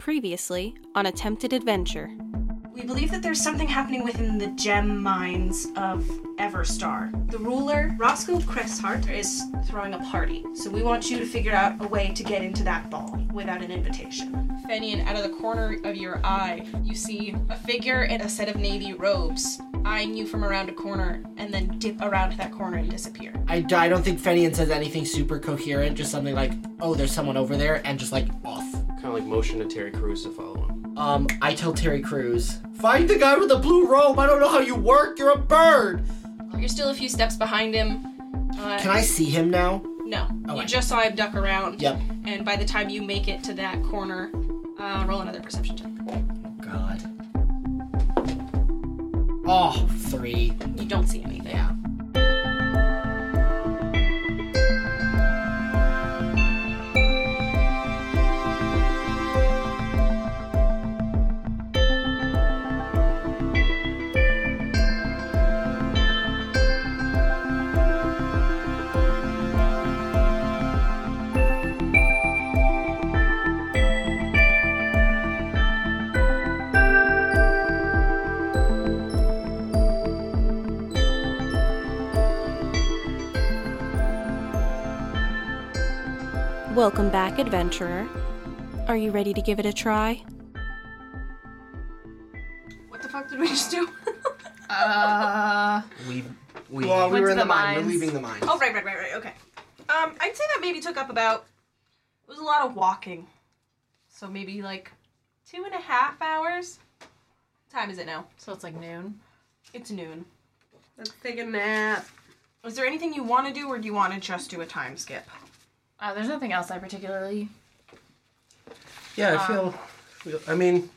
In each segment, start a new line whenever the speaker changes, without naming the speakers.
Previously on Attempted Adventure.
We believe that there's something happening within the gem mines of Everstar. The ruler, Roscoe Cresshart, is throwing a party, so we want you to figure out a way to get into that ball without an invitation.
Fenian, out of the corner of your eye, you see a figure in a set of navy robes eyeing you from around a corner and then dip around that corner and disappear.
I, d- I don't think Fenian says anything super coherent, just something like, oh, there's someone over there, and just like, off.
Kind of like motion to Terry Crews to follow him.
Um, I tell Terry Crews, find the guy with the blue robe. I don't know how you work. You're a bird.
You're still a few steps behind him. Uh,
Can I see him now?
No.
Oh,
you
I-
just saw him duck around.
Yep.
And by the time you make it to that corner, uh, roll another perception check.
God. Oh, three.
You don't see anything.
Yeah.
Welcome back, adventurer. Are you ready to give it a try?
What the fuck did we just do?
Uh,
We we
Well, we Went were to in the the
mine.
mine. We're mines. leaving
the mine.
oh, right, right, right, right, okay. Um, I'd say that maybe took up about. It was a lot of walking. So maybe like two and a half hours? What time is it now?
so it's like noon.
It's noon.
Let's take a nap.
Is there anything you want to do, or do you want to just do a time skip?
Uh, there's nothing else I particularly.
Yeah, I feel, feel- I mean,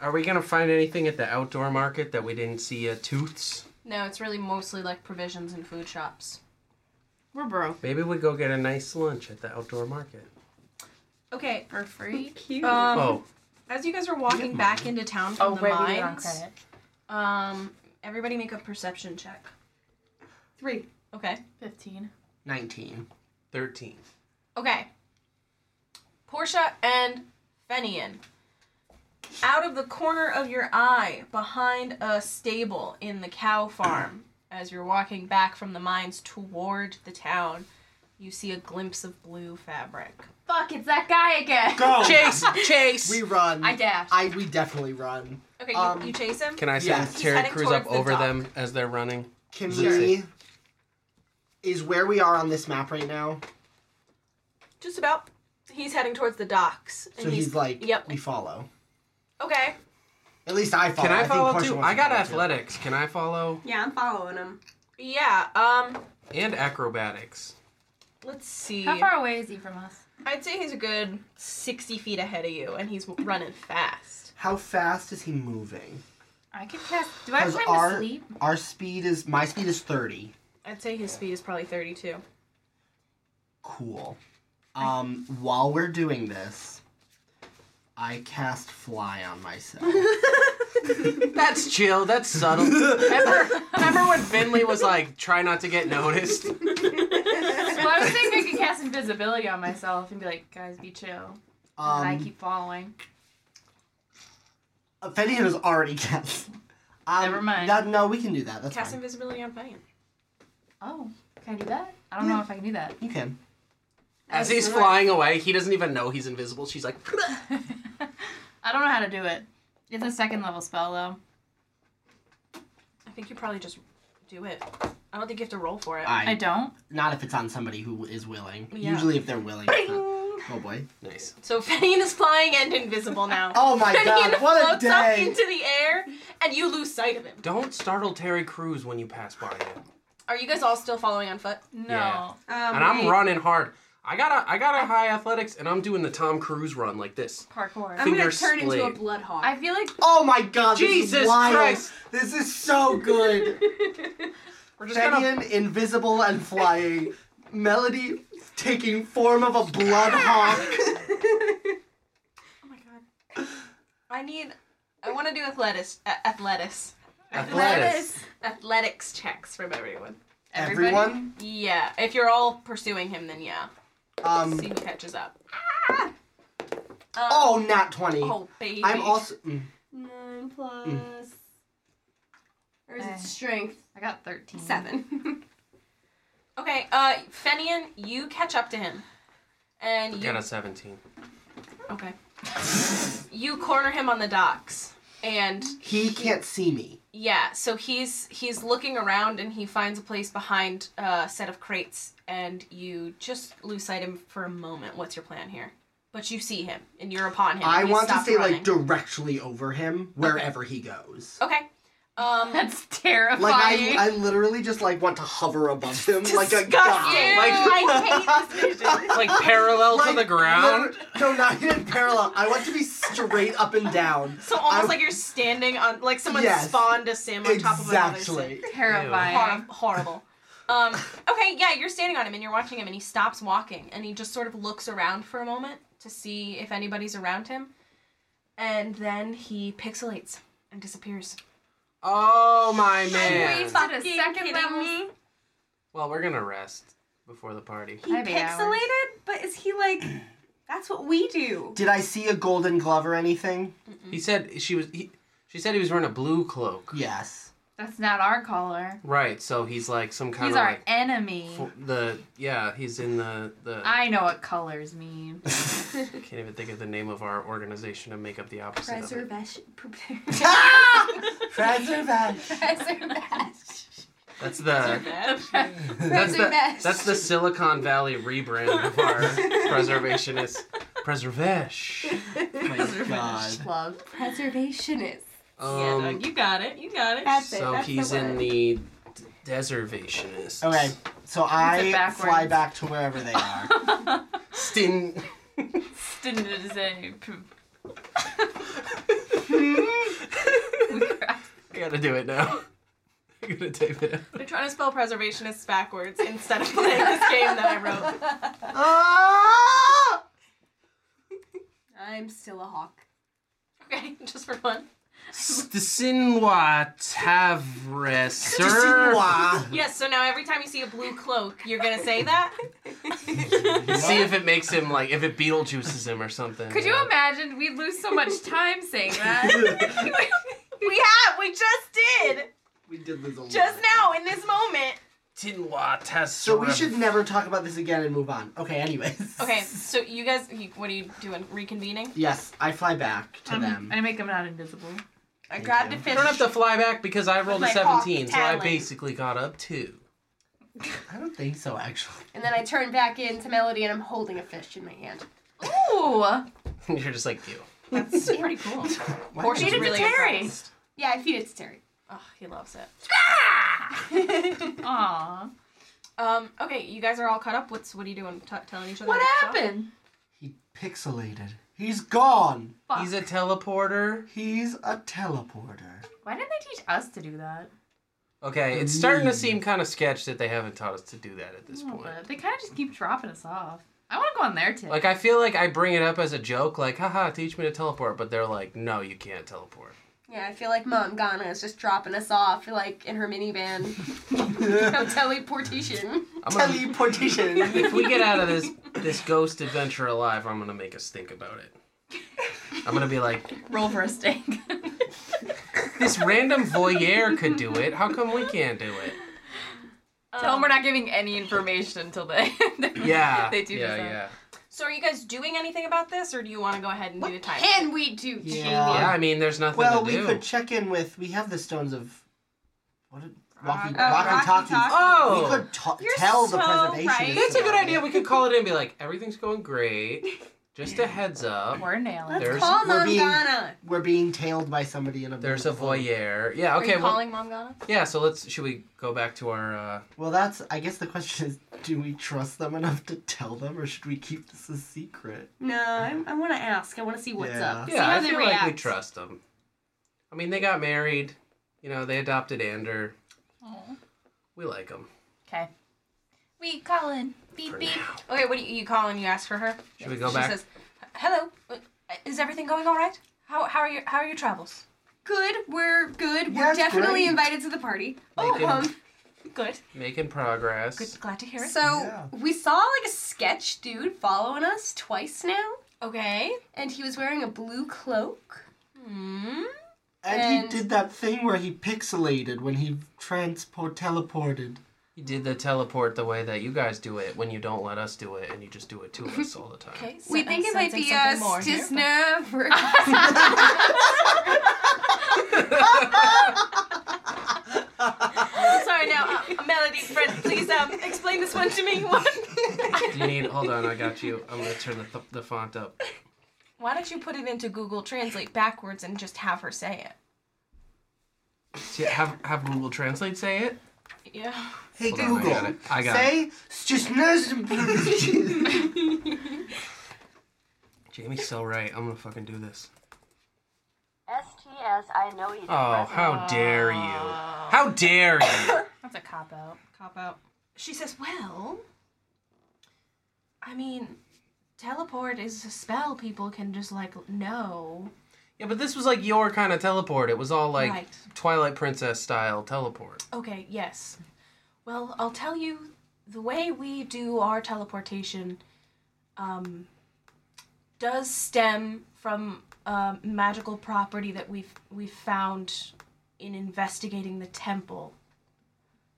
are we gonna find anything at the outdoor market that we didn't see at Tooth's?
No, it's really mostly like provisions and food shops.
We're broke.
Maybe we go get a nice lunch at the outdoor market.
Okay.
We're free.
Um,
oh,
As you guys are walking back into town from
Oh,
the
wait, we did on
mines,
credit.
um, everybody make a perception check.
Three.
Okay.
Fifteen.
Nineteen.
13.
Okay. Portia and Fenian. Out of the corner of your eye, behind a stable in the cow farm, as you're walking back from the mines toward the town, you see a glimpse of blue fabric.
Fuck! It's that guy again.
Go.
Chase! Chase!
We run.
I dash.
I we definitely run.
Okay, you,
Um,
you chase him?
Can I
Yeah.
send
He's
Terry
heading
Crews
towards
up
the
over
dock.
them as they're running?
Can
Sure.
we? Is where we are on this map right now.
Just about. He's heading towards the docks.
So he's, like,
Yep.
we follow.
Okay.
At least I follow.
Can Oh, I
think
follow
Portia
too?
wants
I
to
got
follow, too.
athletics. Can I follow?
Yeah, I'm following him.
Yeah. Um.
And acrobatics.
Let's see.
How far away is he from us?
I'd say he's a good sixty feet ahead of you, and he's running fast.
How fast is he moving?
I could cast. Do I have
Because
time to
our
sleep?
our speed is my speed is thirty.
I'd say his speed is probably thirty-two.
Cool. Um, while we're doing this, I cast fly on myself.
That's chill. That's subtle. remember, remember when Finley was like, try not to get noticed?
Well, I was thinking I could cast invisibility on myself and be like, guys, be chill. and I
Um,
keep following.
Fenian has already cast. Um,
Never mind.
that- no, we can do that. That's
Cast
fine.
invisibility on Fenian.
Oh, can I do that? I don't know if I can do that.
You can.
As he's flying away, he doesn't even know he's invisible. She's like,
I don't know how to do it. It's a second level spell though.
I think you probably just do it. I don't think you have to roll for it.
I
I
don't.
not if it's on somebody who is willing.
Yeah.
Usually, if they're willing. it's not- Oh boy.
nice.
So Fenian is flying and invisible now.
Oh my
Fenian
God! What a
floats up
day.
into the air, and you lose sight of him.
Don't startle Terry Crews when you pass by him.
Are you guys all still following on foot?
No.
Yeah.
Um,
And I'm running hard. I got a I got a high athletics, and I'm doing the Tom Cruise run like this.
Parkour.
I'm gonna
finger
turn into a
splayed.
blood hawk.
I feel like
Oh my God! this is
Jesus
wild.
Christ.
This is so good.
We're just gonna.
Fenian, invisible and flying. Melody taking form of a blood hawk.
Oh my god. I need. I want to do athletics. a- athletics.
Athletics.
Athletics checks from everyone.
Everybody?
Everyone.
Yeah, if you're all pursuing him, then yeah.
Um,
See who catches up. Ah!
Oh, not 20.
Oh, baby.
I'm also. mm.
Nine plus. Or is
Eh.
it strength?
I got 13.
Seven.
Okay, uh, Fenian, you catch up to him. And you
Got a 17.
Okay. you corner him on the docks. And
He can't see me.
yeah, so he's he's looking around and he finds a place behind a set of crates and you just lose sight of him for a moment. What's your plan here? But you see him and you're upon him.
I
He's
want to
stopped
stay
running.
like directly over him wherever he goes.
Okay. Um
That's terrifying.
Like I, I literally just like want to hover above him like a god.
Disgusting.
Like,
I hate this vision.
Like parallel to
like,
the ground.
liter- No, not even parallel. I want to be straight up and down.
So almost
I-
like you're standing on like someone
Yes.
spawned a sim on top of another sim.
Exactly.
terrifying.
Hor- horrible. Um, okay, yeah, you're standing on him and you're watching him, and he stops walking and he just sort of looks around for a moment to see if anybody's around him, and then he pixelates and disappears.
Oh my
we
man.
fuck-
Is
fucking
it a second
kidding
level?
me?
Well, we're gonna rest before the party.
He
I'd be
pixelated,
hours.
but is he like? That's what we do.
Did I see a golden glove or anything?
He said she was. He, she said he was wearing a blue cloak.
Yes.
That's not our caller.
Right. So he's like some kind
He's
of
our
like
enemy.
fo- the yeah. He's in the the. I
I know what colors mean.
can't even think of the name of our organization to make up the opposite. of it.
Preservation.
Preservation.
Preservation.
That's the that's the
Preservation.
that's the Silicon Valley rebrand of our preservationist. Preservesh.
Oh my god.
Love.
Preservationist.
Um,
yeah, you got it. You got it.
That's it.
so
that's
he's
the
in
word.
the d- deservationist.
Okay, so
it
I
backwards.
fly back to wherever they are.
Stin.
we
I gotta do it now. I gotta type it out.
They're trying to spell preservationists backwards instead of playing this game that I wrote.
Ah!
I'm still a hawk.
Okay, just for fun.
Stisinwa Tavre, sir.
Sinwa.
Yes. So now every time you see a blue cloak, you're gonna say that.
See if it makes him like if it Beetlejuices him or something.
Could you imagine? We'd lose so much time saying that.
we have. We just did.
we did lose a lot.
Just now in this moment.
Tinwa Tavre.
So we should never talk about this again and move on. Okay, anyways.
Okay. So you guys, you, what are you doing? Reconvening.
Yes, I fly back
Um,
to them.
Um, I make them not invisible.
I
Thank
grabbed
you.
a
I
fish.
don't have to fly back because I rolled a
With my hawk
17, so I
talent.
basically got up too.
I don't think so, actually.
And then I turn back into Melody, and I'm holding a fish in my hand.
Ooh,
You're just like you.
That's pretty cool.
Why
Portia's
did you-
really
Terry.
impressed.
Yeah, I feed it to Terry.
Oh, he loves it.
Aw.
Um, okay, you guys are all caught up. What's what are you doing? T- telling each other.
What
to stop?
happened?
He pixelated. He's gone.
Fuck.
He's a teleporter.
He's a teleporter.
Why didn't they teach us to do that?
Okay, it's starting to seem kind of sketch that they haven't taught us to do that at this
Oh,
point.
but They kind of just keep dropping us off. I want to go on their tip.
Like I feel like I bring it up as a joke, like haha, teach me to teleport, but they're like, no, you can't teleport.
Yeah, I feel like Mom Ghana is just dropping us off, like in her minivan. no teleportation.
I'm gonna-
Teleportation.
if we get out of this this ghost adventure alive, I'm gonna make a stink about it. I'm gonna be like,
roll for a stink.
this random voyeur could do it. How come we can't do it?
Tell them we're not giving any information until they.
Yeah,
They do
yeah,
do
yeah,
So are you guys doing anything about this, or do you want to go ahead and do the time?
Can we do?
Yeah.
yeah. I mean, there's nothing
well,
to
we
do.
could check in with. We have the stones of. What? Did, walkie,
Uh,
walkie talkies.
walkie-talkie.
oh,
We could ta-
You're
tell the
so
preservation.
right.
that's a good idea. We could call it in and be like, everything's going great. Just a heads up.
We're nailing.
Let's
There's-
call
we're
Mom
being-
Ghana.
We're being tailed by somebody in a.
There's a
voyeur.
voyeur. Yeah. Okay.
are you
well,
calling Mom Ghana?
yeah. So let's. Should we go back to our? uh
Well, that's. I guess the question is, do we trust them enough to tell them, or should we keep this a secret?
No, I, I want to ask. I want to see what's
Yeah.
up. see
Yeah.
how
I
they
feel
react.
like we trust them. I mean, they got married. You know, they adopted Ander. We like them.
Okay. We calling. Beep beep.
Okay, what do you, you call and you ask for her?
Should we go
she
back?
says, "Hello, uh, is everything going all right? How how are your how are your travels?
Good. We're good.
Yeah,
We're
it's
definitely
great.
invited to the party.
Thank
Oh,
you.
um,
Good.
Making progress.
Glad to hear it.
so
Yeah.
we saw like a sketch dude following us twice now.
Okay.
and he was wearing a blue cloak.
Hmm.
And,
And-
he did that thing where he pixelated when he transport teleported.
You did the teleport the way that you guys do it when you don't let us do it and you just do it to us all the time.
Okay. so
We
I'm
think it might
sensing
be a
something more here, but-
stisna for
Sorry, now, uh, Melody, friend, please um, explain this one to me. What?
Do you need? Hold on, I got you. I'm gonna turn the, th- the font up.
Why don't you put it into Google Translate backwards and just have her say it?
See, have have Google Translate say it.
Yeah.
Hey
Hold on, I got it. I got
say
it.
"Stisna-"
Jamie's so right. I'm gonna fucking do this.
STS, I know you.
Oh, how dare you! How dare you!
That's a cop out.
Cop out. She says, Well, I mean, teleport is a spell people can just, like, know.
Yeah, but this was like your kind of teleport. It was all like
Right.
Twilight Princess style teleport.
Okay, yes. Well, I'll tell you the way we do our teleportation um, does stem from a magical property that we've we found in investigating the temple.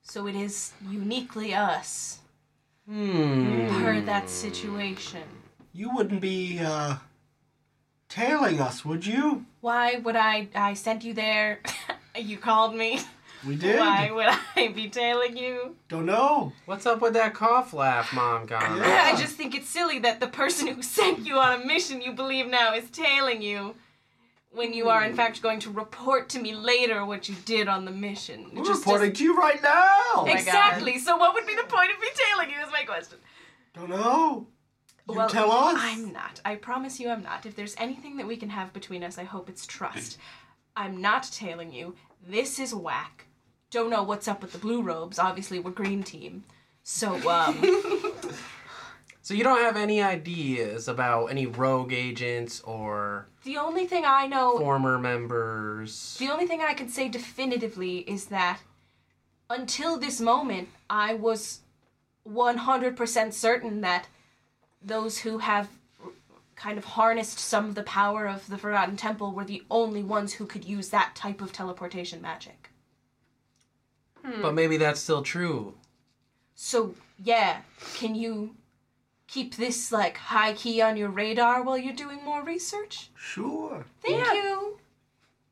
So it is uniquely us
Hmm.
per that situation.
you wouldn't be uh, tailing us, would you?
Why would I I sent you there? you called me.
We did.
Why would I be tailing you?
Don't know.
What's up with that cough laugh, Mom? Gone.
I just think it's silly that the person who sent you on a mission you believe now is tailing you when you
Hmm.
are in fact going to report to me later what you did on the mission. It
We're
just Oh
reporting to you right now.
doesn't- exactly. So what would be the point of me tailing you is my question.
Don't know. You
Well,
tell us.
I'm not. I promise you I'm not. If there's anything that we can have between us, I hope it's trust. I'm not tailing you. This is whack. Don't know what's up with the blue robes. Obviously, we're green team. So, um,
So you don't have any ideas about any rogue agents or
the only thing I know
former members.
The only thing I can say definitively is that until this moment, I was 100% certain that those who have kind of harnessed some of the power of the Forgotten Temple were the only ones who could use that type of teleportation magic.
But maybe that's still true.
So, yeah, can you keep this like high key on your radar while you're doing more research?
Sure.
Thank you.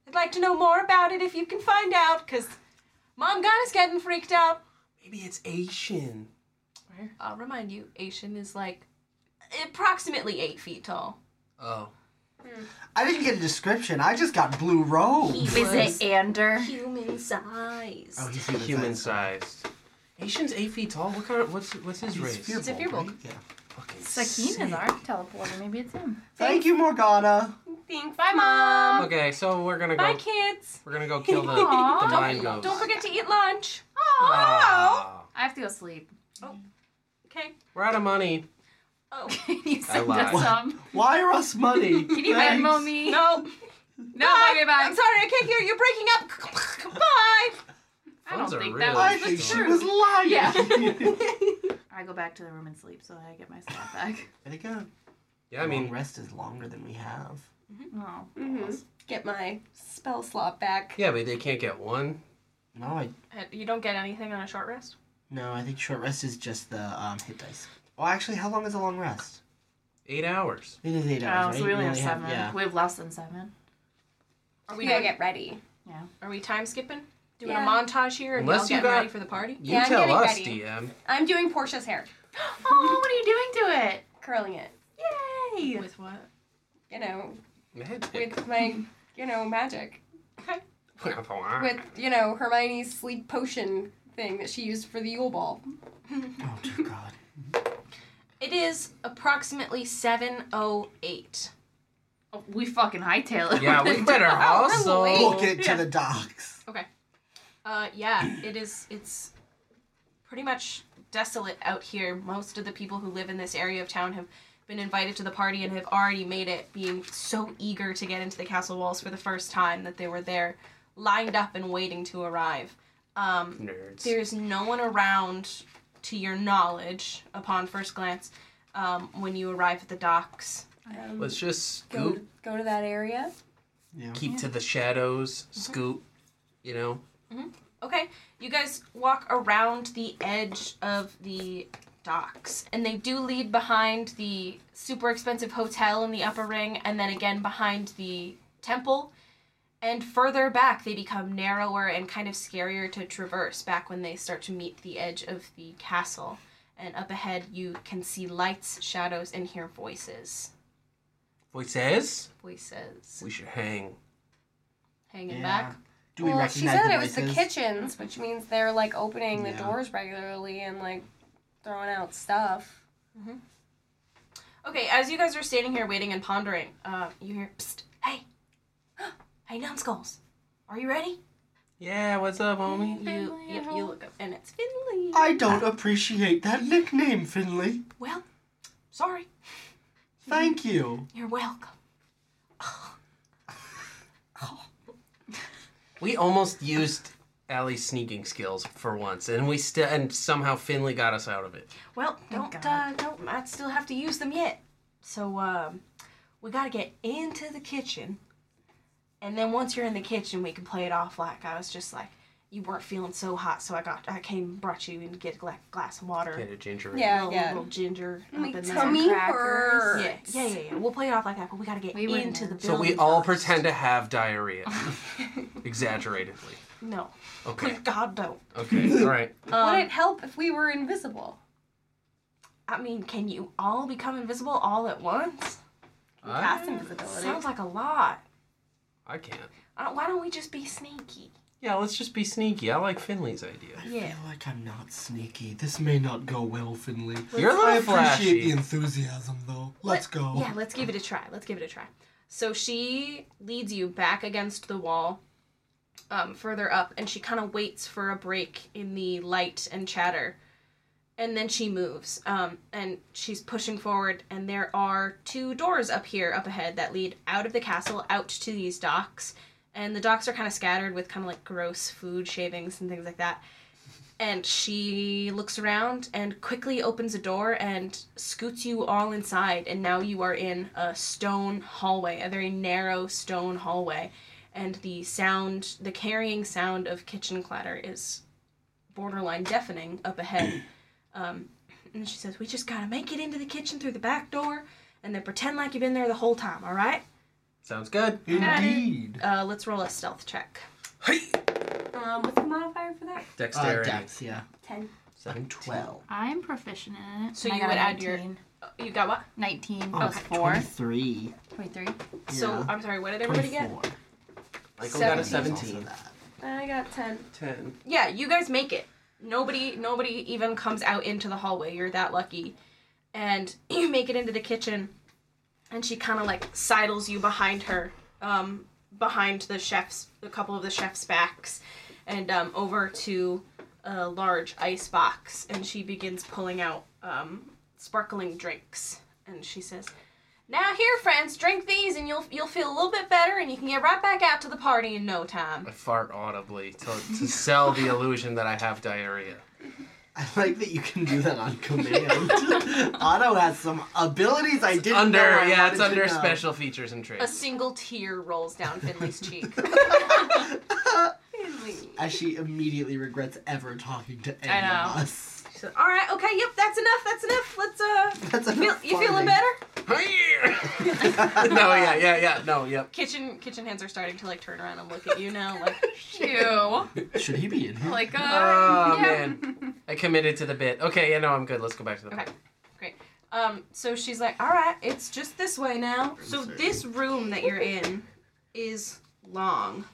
I'd like to know more about it if you can find out, because Mom God is getting freaked out.
Maybe it's Asian.
I'll remind you, Asian is like approximately eight feet tall.
Oh.
I didn't get a description. I just got blue robe.
Was
it Ander?
Human size.
Oh, he's
Human sized. Asian's eight feet tall. What kind of what's what's his race?
It's
a fear bulk.
Yeah.
Fucking
Sakin is our teleporter. Maybe it's him.
Thank you, Morgana.
Thanks,
Bye, Mom.
Okay, so we're gonna go.
Bye, kids.
We're gonna go kill the, the
Aw.
mind ghost.
Don't forget to eat lunch.
Aw.
I have to go sleep.
Okay.
We're out of money.
Oh
Can you send
lied.
us some?
Wire us money.
Can you
Thanks.
Venmo me?
no.
no, bye,
I'm
bye.
sorry, I can't hear you. You're breaking up. Bye.
I
Phones
don't
are
think
really
that
I
was the
think
That's
she was
truth.
lying.
Yeah.
and
I go back to the room and sleep so I get my slot back.
again,
Yeah, I mean,
rest is longer than we have.
Oh,
Mm-hmm. Get my spell slot back.
yeah, but they can't get one.
No, I
Uh, You don't get anything on a short rest.
no, I think short rest is just the um, hit dice. Well, actually, how long is a long rest?
Eight hours.
It is eight
oh
hours.
so
right?
we only have seven.
yeah.
We have less than seven.
Are
We
we
gotta
doing-
get ready.
Are we time skipping? Doing
Yeah.
a montage here and
Unless
y'all
you
getting
got-
ready for the party?
You
Yeah, I'm
tell
getting
us,
ready.
DM.
I'm doing Portia's hair,
Oh, what are you doing to it?
curling it.
Yay!
With what?
You know,
Magic.
with my, you know, magic. With you know Hermione's sleep potion thing that she used for the Yule Ball.
Oh dear God.
It is approximately 7.08.
Oh, we fucking hightail it.
yeah, we better also.
Book it to the docks.
Uh, yeah, it is. It's pretty much desolate out here. Most of the people who live in this area of town have been invited to the party and have already made it, being so eager to get into the castle walls for the first time that they were there, lined up and waiting to arrive. Um,
Nerds.
there's no one around, to your knowledge, upon first glance, um, when you arrive at the docks.
Um,
Let's just
go,
scoot.
go to that area.
Yeah. Mm-hmm.
Keep to the shadows. Scoot. You know.
Okay, you guys walk around the edge of the docks, and they do lead behind the super expensive hotel in the upper ring, and then again behind the temple. And further back, they become narrower and kind of scarier to traverse back when they start to meet the edge of the castle. And up ahead, you can see lights, shadows, and hear voices.
Voices.
Voices.
We should hang.
Hanging
Yeah.
back.
Do we
well, she
recognize
said
the
it was the
voices?
kitchens, which means they're like opening the
Yeah.
doors regularly and like throwing out stuff.
Okay, as you guys are standing here waiting and pondering, uh, you hear, Psst, hey, hey, numbskulls, are you ready?
Yeah. What's up, homie?
You, you, you look up, and it's Finley.
I don't appreciate that nickname, Finley.
Well, sorry,
Thank you.
you're welcome.
We almost used Allie's sneaking skills for once, and we still and somehow Finley got us out of it.
Well, don't, uh, don't, I still have to use them yet. So, um, we gotta get into the kitchen, and then once you're in the kitchen, we can play it off like I was just like, you weren't feeling so hot, so I got, I came, and brought you and get like a glass of water.
Get a ginger. ale.
Yeah,
Little,
yeah.
little ginger up in
Like
there.
tummy
crackers.
Yeah,
hurts.
yeah, yeah, yeah. We'll play it off like that, but we gotta get
We wouldn't
into the
have.
building.
So we all
first.
pretend to have diarrhea, exaggeratedly.
No,
Okay.
please God, don't.
Okay. All right.
Would it help if we were invisible?
I mean, can you all become invisible all at once?
I,
invisibility.
Sounds like a lot.
I can't.
I don't- Why don't we just be sneaky?
Yeah. Let's just be sneaky. I like Finley's idea.
Yeah.
feel like I'm not sneaky. This may not go well, Finley.
You're a little
I appreciate the
flashy.
enthusiasm, though. Let's go.
Yeah, let's give it a try. Let's give it a try. So she leads you back against the wall, um, further up, and she kind of waits for a break in the light and chatter. And then she moves, um, and she's pushing forward, and there are two doors up here, up ahead, that lead out of the castle, out to these docks. And the docks are kind of scattered with kind of like gross food shavings and things like that. And she looks around and quickly opens a door and scoots you all inside. And now you are in a stone hallway, a very narrow stone hallway. And the sound, the carrying sound of kitchen clatter is borderline deafening up ahead. um, and she says, We just gotta make it into the kitchen through the back door and then pretend like you've been there the whole time, all right?
Sounds good.
Indeed.
Uh, let's roll a stealth check.
Hey.
Um, what's the modifier for that?
Dexterity.
Uh, Dex, yeah.
Ten.
Seven,
Twelve.
I'm proficient in it.
So
and I
you
got
would
a
add your-
19.
Uh, You got what?
19
Oh,
plus 4.
23.
23.
So,
Yeah.
I'm sorry, what did everybody get?
24.
Michael got a
Also
17.
that.
I got 10.
Ten.
yeah, you guys make it. Nobody nobody even comes out into the hallway. You're that lucky. And you make it into the kitchen and she kind of like sidles you behind her um behind the chef's a couple of the chef's backs and um over to a large ice box and she begins pulling out um sparkling drinks and she says now here friends drink these and you'll you'll feel a little bit better and you can get right back out to the party in no time
I fart audibly to, to sell the illusion that I have diarrhea.
I like that you can do that on command. Otto has some abilities I didn't
Under,
know I
yeah, it's
wanted to
under
know.
special features and
A
traits.
single tear rolls down Finley's cheek.
As she immediately regrets ever talking to any
know.
of us.
She said, "All right, okay, yep, that's enough. That's enough. Let's uh,
That's a
feel, you feeling better?"
no, yeah, yeah, yeah, no, yep.
Kitchen kitchen hands are starting to like turn around and look at you now. Like,
Ew.
Should he be in here?
like, uh,
Oh
yeah.
man, I committed to the bit. Okay, yeah, no, I'm good. Let's go back to the
okay, great. Um, so she's like, "All right, it's just this way now." So this room that you're in is long,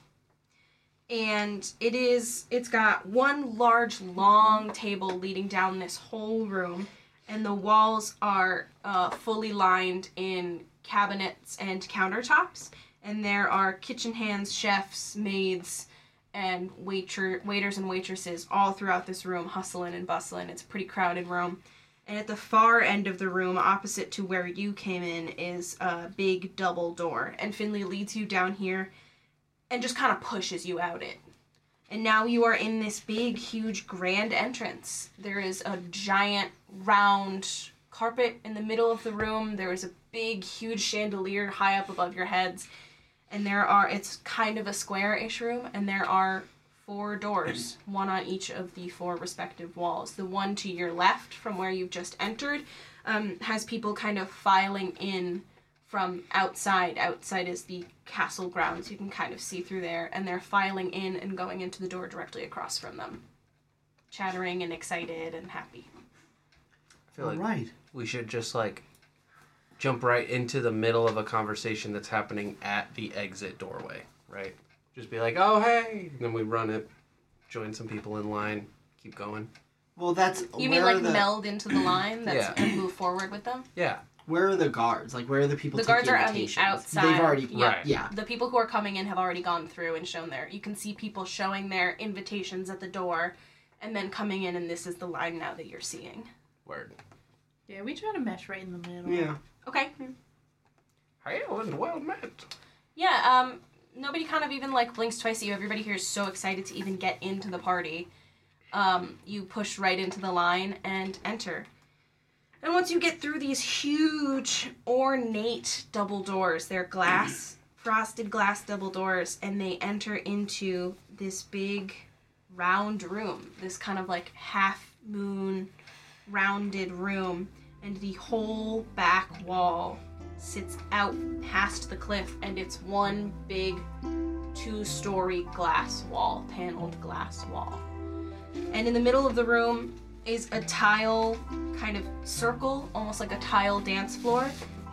and it is it's got one large long table leading down this whole room, and the walls are uh, fully lined in cabinets and countertops. and there are kitchen hands, chefs, maids, and waiter waiters and waitresses all throughout this room, hustling and bustling. It's a pretty crowded room. And at the far end of the room, opposite to where you came in, is a big double door. And Finley leads you down here and just kind of pushes you out it. And now you are in this big, huge, grand entrance. There is a giant round carpet in the middle of the room. There is a
big, huge chandelier high up above your heads. And there are, it's kind of a square ish room, and there are four doors, one on each of the four respective walls. The one to your left, from where you've just entered, um, has people kind of filing in from outside. Outside is the castle grounds. You can kind of see through there, and they're filing in and going into the door directly across from them, chattering and excited and happy.
I feel like
right.
we should just like jump right into the middle of a conversation that's happening at the exit doorway, right? Just be like, "Oh, hey!" And then we run it, join some people in line, keep going.
Well, that's
You
where
mean like
are the,
meld into the line that's and move forward with them?
Yeah,
Where are the guards? Like where are the people?
The
taking
guards are on the
invitations?
outside.
They've already
yeah.
Right.
yeah.
The people who are coming in have already gone through and shown their. You can see people showing their invitations at the door, and then coming in, and this is the line now that you're seeing.
word.
Yeah, we try to mesh right in the middle.
Yeah.
Okay.
Hail and well met.
Yeah. Um. Nobody kind of even like blinks twice at you. Everybody here is so excited to even get into the party. Um. You push right into the line and enter. And once you get through these huge, ornate double doors, they're glass, frosted glass double doors, and they enter into this big, round room, this kind of like half moon, rounded room, and the whole back wall sits out past the cliff, and it's one big, two story glass wall, paneled glass wall. And in the middle of the room is a tile kind of circle, almost like a tile dance floor.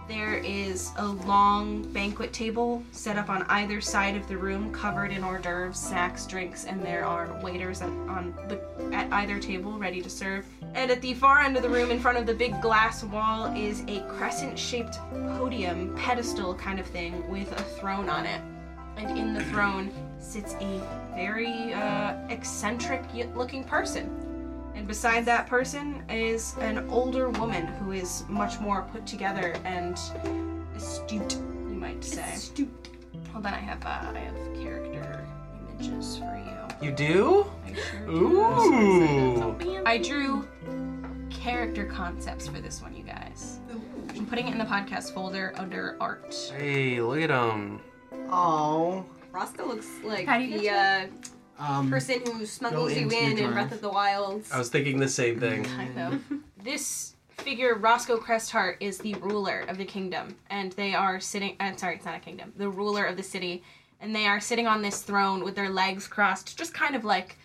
There is a long banquet table set up on either side of the room, covered in hors d'oeuvres, snacks, drinks, and there are waiters at, on the, at either table ready to serve. And at the far end of the room, in front of the big glass wall, is a crescent shaped podium, pedestal kind of thing, with a throne on it and in the throne sits a very uh, eccentric y- looking person. And beside that person is an older woman who is much more put together and astute, you might say. Astute. Hold on, I have uh, I have character images for you.
You do?
I sure do.
Ooh.
I drew character concepts for this one, you guys. I'm putting it in the podcast folder under art.
Hey, look at him.
Oh.
Roscoe looks like
How do you
the uh,
Um.
person who smuggles you
into
in
the
in
drive.
Breath of the Wild.
I was thinking the same thing.
kind of. this figure, Roscoe Crestheart, is the ruler of the kingdom, and they are sitting. I'm sorry, it's not a kingdom. The ruler of the city, and they are sitting on this throne with their legs crossed, just kind of like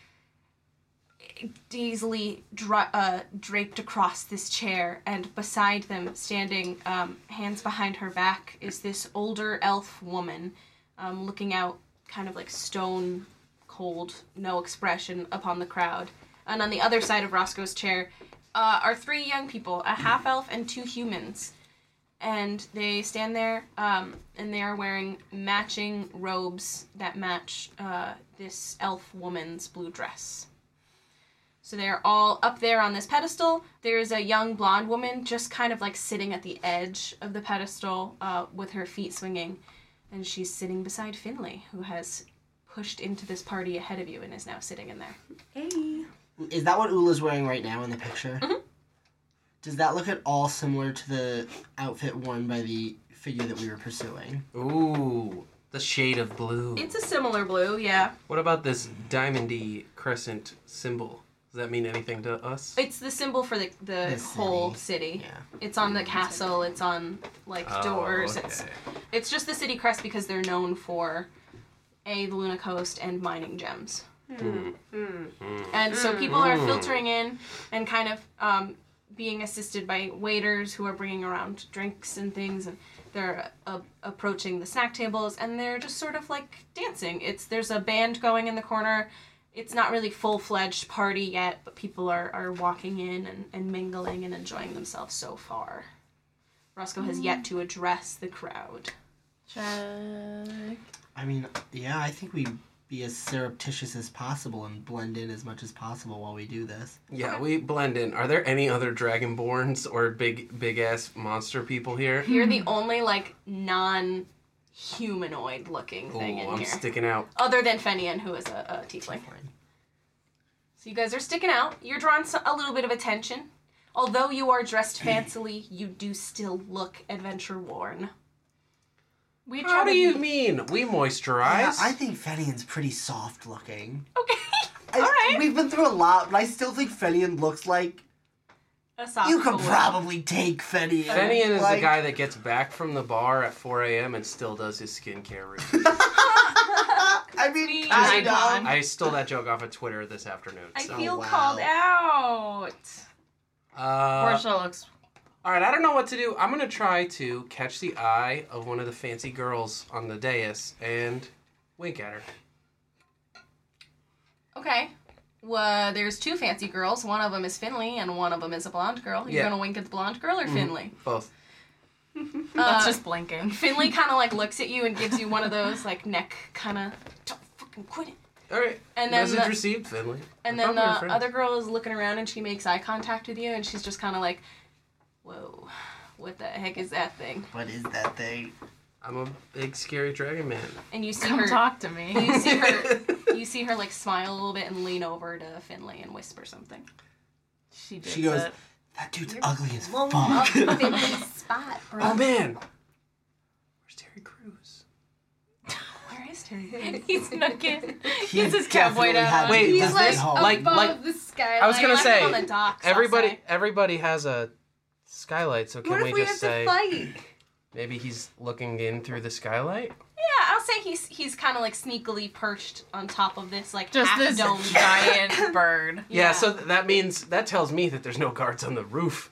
easily dra- uh, draped across this chair. And beside them, standing um, hands behind her back, is this older elf woman, um, looking out, kind of like stone cold, no expression upon the crowd. And on the other side of Roscoe's chair uh, are three young people a half elf and two humans. And they stand there um, and they are wearing matching robes that match uh, this elf woman's blue dress. So they're all up there on this pedestal. There's a young blonde woman just kind of like sitting at the edge of the pedestal uh, with her feet swinging. And she's sitting beside Finley, who has pushed into this party ahead of you and is now sitting in there.
Is that what Ula's wearing right now in the picture? Does that look at all similar to the outfit worn by the figure that we were pursuing?
Ooh, the shade of blue.
It's a similar blue, yeah.
What about this diamondy crescent symbol? Does that mean anything to us?
It's the symbol for the the,
The
whole city.
Yeah.
It's on the castle. It's on like
Oh,
doors.
okay.
It's it's just the city crest because they're known for a the Luna Coast and mining gems. And so people are filtering in and kind of um, being assisted by waiters who are bringing around drinks and things, and they're uh, approaching the snack tables and they're just sort of like dancing. It's there's a band going in the corner. It's not really full fledged party yet, but people are, are walking in and, and mingling and enjoying themselves so far. Roscoe has yet to address the crowd.
Check.
I mean, yeah, I think we be as surreptitious as possible and blend in as much as possible while we do this.
Yeah, we blend in. Are there any other dragonborns or big big ass monster people here?
You're the only like non humanoid looking
Ooh,
thing in
I'm
here.
sticking out.
Other than Fenian, who is a, a tiefling. So you guys are sticking out. You're drawing so- a little bit of attention. Although you are dressed fancily, you do still look adventure worn.
We
How
try
do
to
you
be-
mean? We
Yeah,
moisturize.
I think Fenian's pretty soft looking.
Okay.
I-
All right.
We've been through a lot, but I still think Fenian looks like
A soft
you could
boy.
probably take Fenian.
Fenian is
Like,
the guy that gets back from the bar at 4 a.m. and still does his skincare routine.
I mean,
An
kind of.
icon.
I stole that joke off of Twitter this afternoon.
I
So.
feel
wow.
called out.
uh,
Portia looks.
all right, I don't know what to do. I'm gonna try to catch the eye of one of the fancy girls on the dais and wink at her.
Okay. Well, there's two fancy girls. One of them is Finley, and one of them is a blonde girl. You're
Yeah.
gonna wink at the blonde girl or Finley?
Both.
That's
Uh,
just blinking.
Finley kind of like looks at you and gives you one of those like neck kind of don't fucking quit it.
All right.
And then
message
the-
received, Finley.
And
We're
then the
probably friends.
other girl is looking around and she makes eye contact with you and she's just kind of like, "Whoa, what the heck is that thing?"
What is that thing?
I'm a big scary dragon man.
And you see
Oh.
Come
her.
talk to me.
You see her. You see her like smile a little bit and lean over to Finley and whisper something.
She did.
She goes,
it.
That dude's ugly as fuck.
spot, bro.
oh man. Where's Terry Crews?
Where is Terry?
He's nugging.
He
He's his
definitely
cowboy dad
had
on.
Wait,
to
He's
does
like
this
home.
above
like like
the skyline.
I was gonna say
on the docks. I'll
everybody
say.
everybody has a skylight, so can
What
we
if we have
just say
to fight?
maybe he's looking in through the skylight?
Yeah, I'll say he's he's kind of like sneakily perched on top of this like
Just
half
this
dome.
giant bird.
Yeah, so th- that means that tells me that there's no guards on the roof.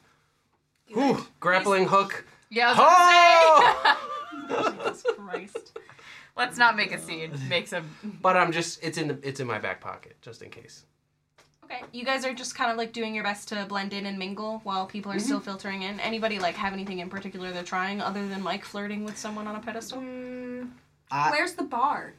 Whew, grappling hook.
Yeah. I was gonna
Oh!
say- Christ. Let's not make a scene. Make some.
but I'm just it's in the it's in my back pocket just in case.
Okay, you guys are just kind of like doing your best to blend in and mingle while people are
Mm-hmm.
still filtering in. Anybody like have anything in particular they're trying other than like flirting with someone on a pedestal?
Mm.
I,
Where's the bar?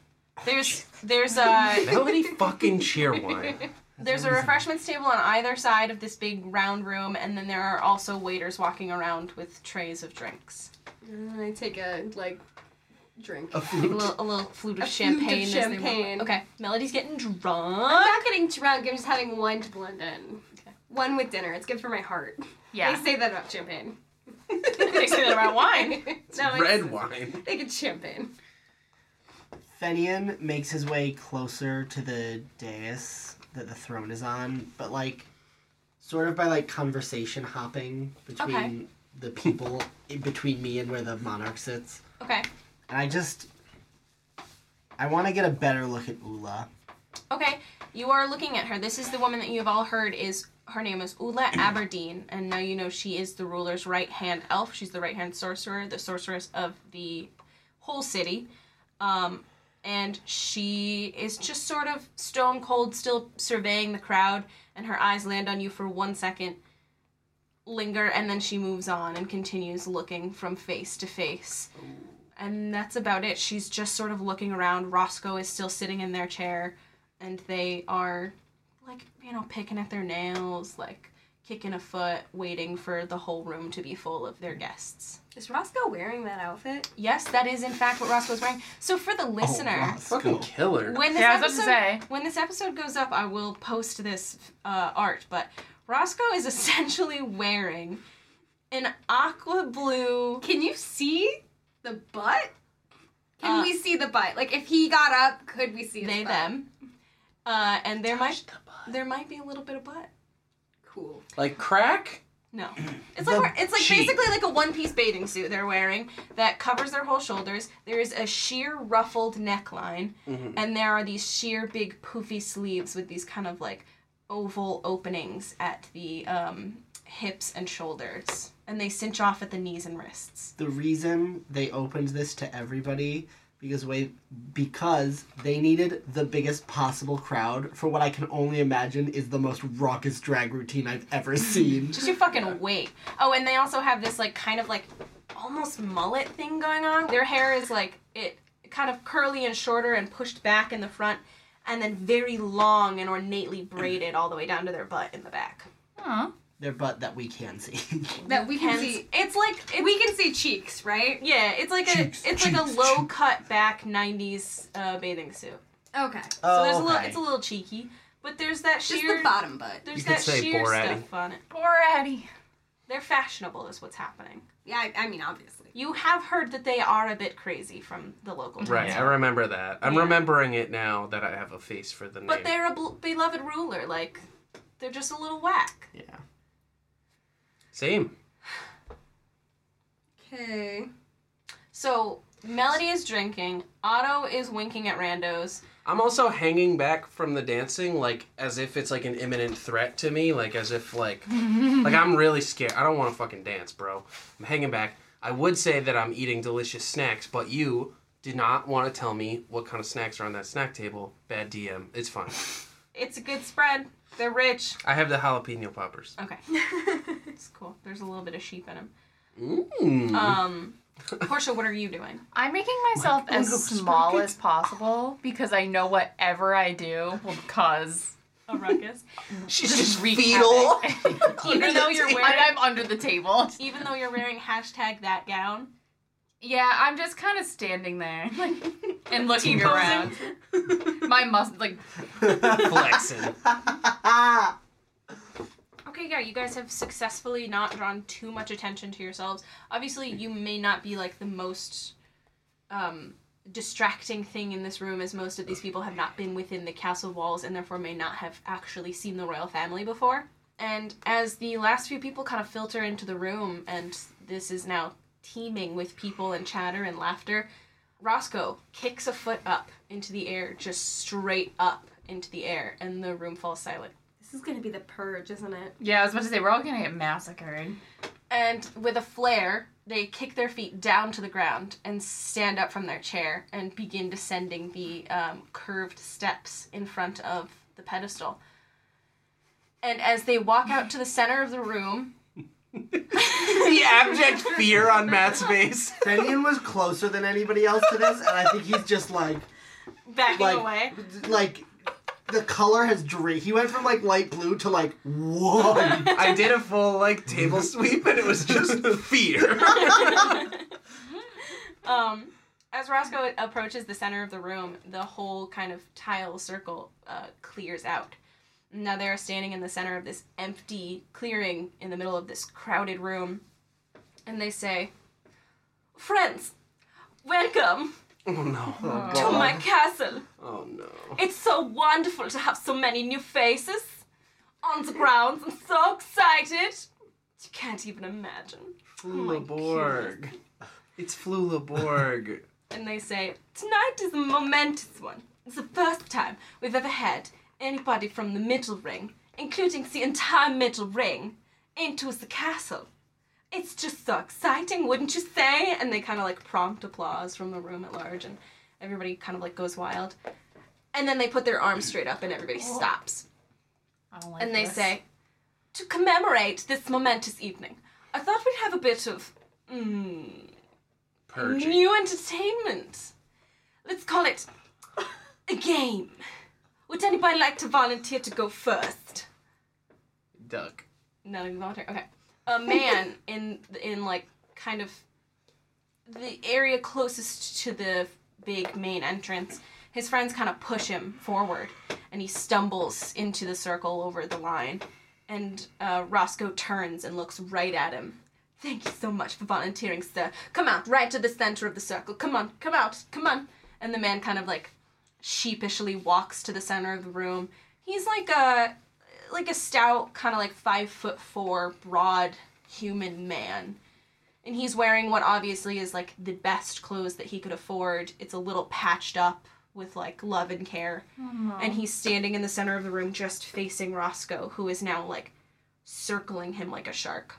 There's there's uh, a
Melody fucking Cheerwine.
there's a refreshments table on either side of this big round room, and then there are also waiters walking around with trays of drinks.
Uh, I take a like drink.
a
A
flute.
little, a little flute of
A flute of
champagne. as they walk by.
champagne.
Okay, Melody's getting
I'm
drunk.
not getting drunk. I'm just having one to blend in. One with dinner. It's good for my heart.
Yeah.
They say that about champagne.
They say that about wine.
no, it's-
Red wine.
They get champagne.
Fenian makes his way closer to the dais that the throne is on, but like sort of by like conversation hopping between
Okay.
the people in between me and where the monarch sits.
Okay.
And I just I want to get a better look at Ula.
Okay, you are looking at her. This is the woman that you have all heard is her name is Ula Aberdeen, and now you know she is the ruler's right hand elf. She's the right hand sorcerer, the sorceress of the whole city. Um, and she is just sort of stone cold, still surveying the crowd, and her eyes land on you for one second, linger, and then she moves on and continues looking from face to face. And that's about it. She's just sort of looking around. Roscoe is still sitting in their chair and they are like you know picking at their nails like kicking a foot waiting for the whole room to be full of their guests
Is Roscoe wearing that outfit?
yes that is in fact what roscoe's wearing so for the listener
Fucking killer.
when this
Yeah, I was about to
episode
say.
when this episode goes up i will post this uh, art but roscoe is essentially wearing an aqua blue
Can you see the butt? Can
Uh,
we see the butt? Like if he got up, could we see his
they
butt?
them uh, and there might there might be a little bit of butt
Cool.
Like crack?
No. It's
The
like we're- it's like
cheek.
basically like a one-piece bathing suit they're wearing that covers their whole shoulders. There is a sheer ruffled neckline and there are these sheer big poofy sleeves with these kind of like oval openings at the um, hips and shoulders. And they cinch off at the knees and wrists.
The reason they opened this to everybody because way because they needed the biggest possible crowd for what I can only imagine is the most raucous drag routine I've ever seen.
Just you fucking wait. Oh, and they also have this like kind of like almost mullet thing going on. Their hair is like it kind of curly and shorter and pushed back in the front and then very long and ornately braided all the way down to their butt in the back.
Aw.
Their butt that we can see.
That we can
Hence,
see.
it's like it's,
We can see cheeks, right?
yeah, it's like
Cheeks,
a it's like a
cheeks,
low cut back 90s uh, bathing suit.
Okay.
So
Oh,
there's a little
okay.
it's a little cheeky, But there's that
Just
sheer
the bottom butt.
there's
You could
that
say
sheer
Borat-y.
stuff on it.
Poor Eddie.
They're fashionable is what's happening.
Yeah, I, I mean, obviously.
You have heard that they are a bit crazy from the local
Right,
townsfolk.
I remember that. I'm
Yeah.
remembering it now that I have a face for the name.
But they're a bl- beloved ruler. Like, they're just a little whack.
Yeah.
Same.
Okay.
So Melody is drinking. Otto is winking at randos.
I'm also hanging back from the dancing, like as if it's like an imminent threat to me, like as if like like I'm really scared. I don't want to fucking dance, bro. I'm hanging back. I would say that I'm eating delicious snacks, but you did not want to tell me what kind of snacks are on that snack table. Bad DM. It's fine.
It's a good spread. They're rich.
I have the jalapeno poppers.
Okay, it's cool. There's a little bit of sheep in them.
Mm.
Um, Portia, what are you doing?
I'm making myself
oh,
as small as possible because I know whatever I do will cause a ruckus.
She's
Just
just
wreak
fetal.
Even though you're
And
wearing,
I'm under the table.
even though you're wearing hashtag that gown,
Yeah, I'm just kind of standing there and looking around. My mus like
Flexing.
Okay, yeah, you guys have successfully not drawn too much attention to yourselves. Obviously, you may not be like the most um, distracting thing in this room, as most of these people have not been within the castle walls and therefore may not have actually seen the royal family before. And as the last few people kind of filter into the room, and this is now teeming with people and chatter and laughter, Roscoe kicks a foot up into the air, just straight up into the air, and the room falls silent.
This is gonna be the purge, isn't it?
yeah, I was about to say we're all gonna get massacred.
and with a flare, they kick their feet down to the ground and stand up from their chair and begin descending the um, curved steps in front of the pedestal. And as they walk out to the center of the room,
the abject fear on Matt's face.
Fenian was closer than anybody else to this, and I think he's just like
backing
like
away,
like the color has dra He went from like light blue to like one.
I did a full like table sweep and it was just fear.
um, as Roscoe approaches the center of the room, the whole kind of tile circle uh, clears out. Now they are standing in the center of this empty clearing in the middle of this crowded room, and they say, Friends, welcome
Oh no.
Oh,
to
God.
my castle.
Oh no.
It's so wonderful to have so many new faces on the grounds. I'm so excited. You can't even imagine.
Flula Borg. It's Flula Borg.
and they say, Tonight is a momentous one. It's the first time we've ever had anybody from the middle ring, including the entire middle ring, into the castle. It's just so exciting, wouldn't you say? And they kind of like prompt applause from the room at large, and everybody kind of like goes wild. And then they put their arms straight up, and everybody stops
I don't like
and they
this.
say, to commemorate this momentous evening, I thought we'd have a bit of mm,
Purging.
new entertainment. Let's call it a game. Would anybody like to volunteer to go first?
Duck.
Not even volunteer. Okay, a man in in like kind of the area closest to the big main entrance. His friends kind of push him forward, and he stumbles into the circle over the line. And uh, Roscoe turns and looks right at him. Thank you so much for volunteering, sir. Come out, right to the center of the circle. Come on, come out, come on. And the man kind of like sheepishly walks to the center of the room. He's like a like a stout, kind of like five foot four, broad human man and he's wearing what obviously is like the best clothes that he could afford. It's a little patched up with like love and care. And he's standing in the center of the room just facing Roscoe, who is now like circling him like a shark.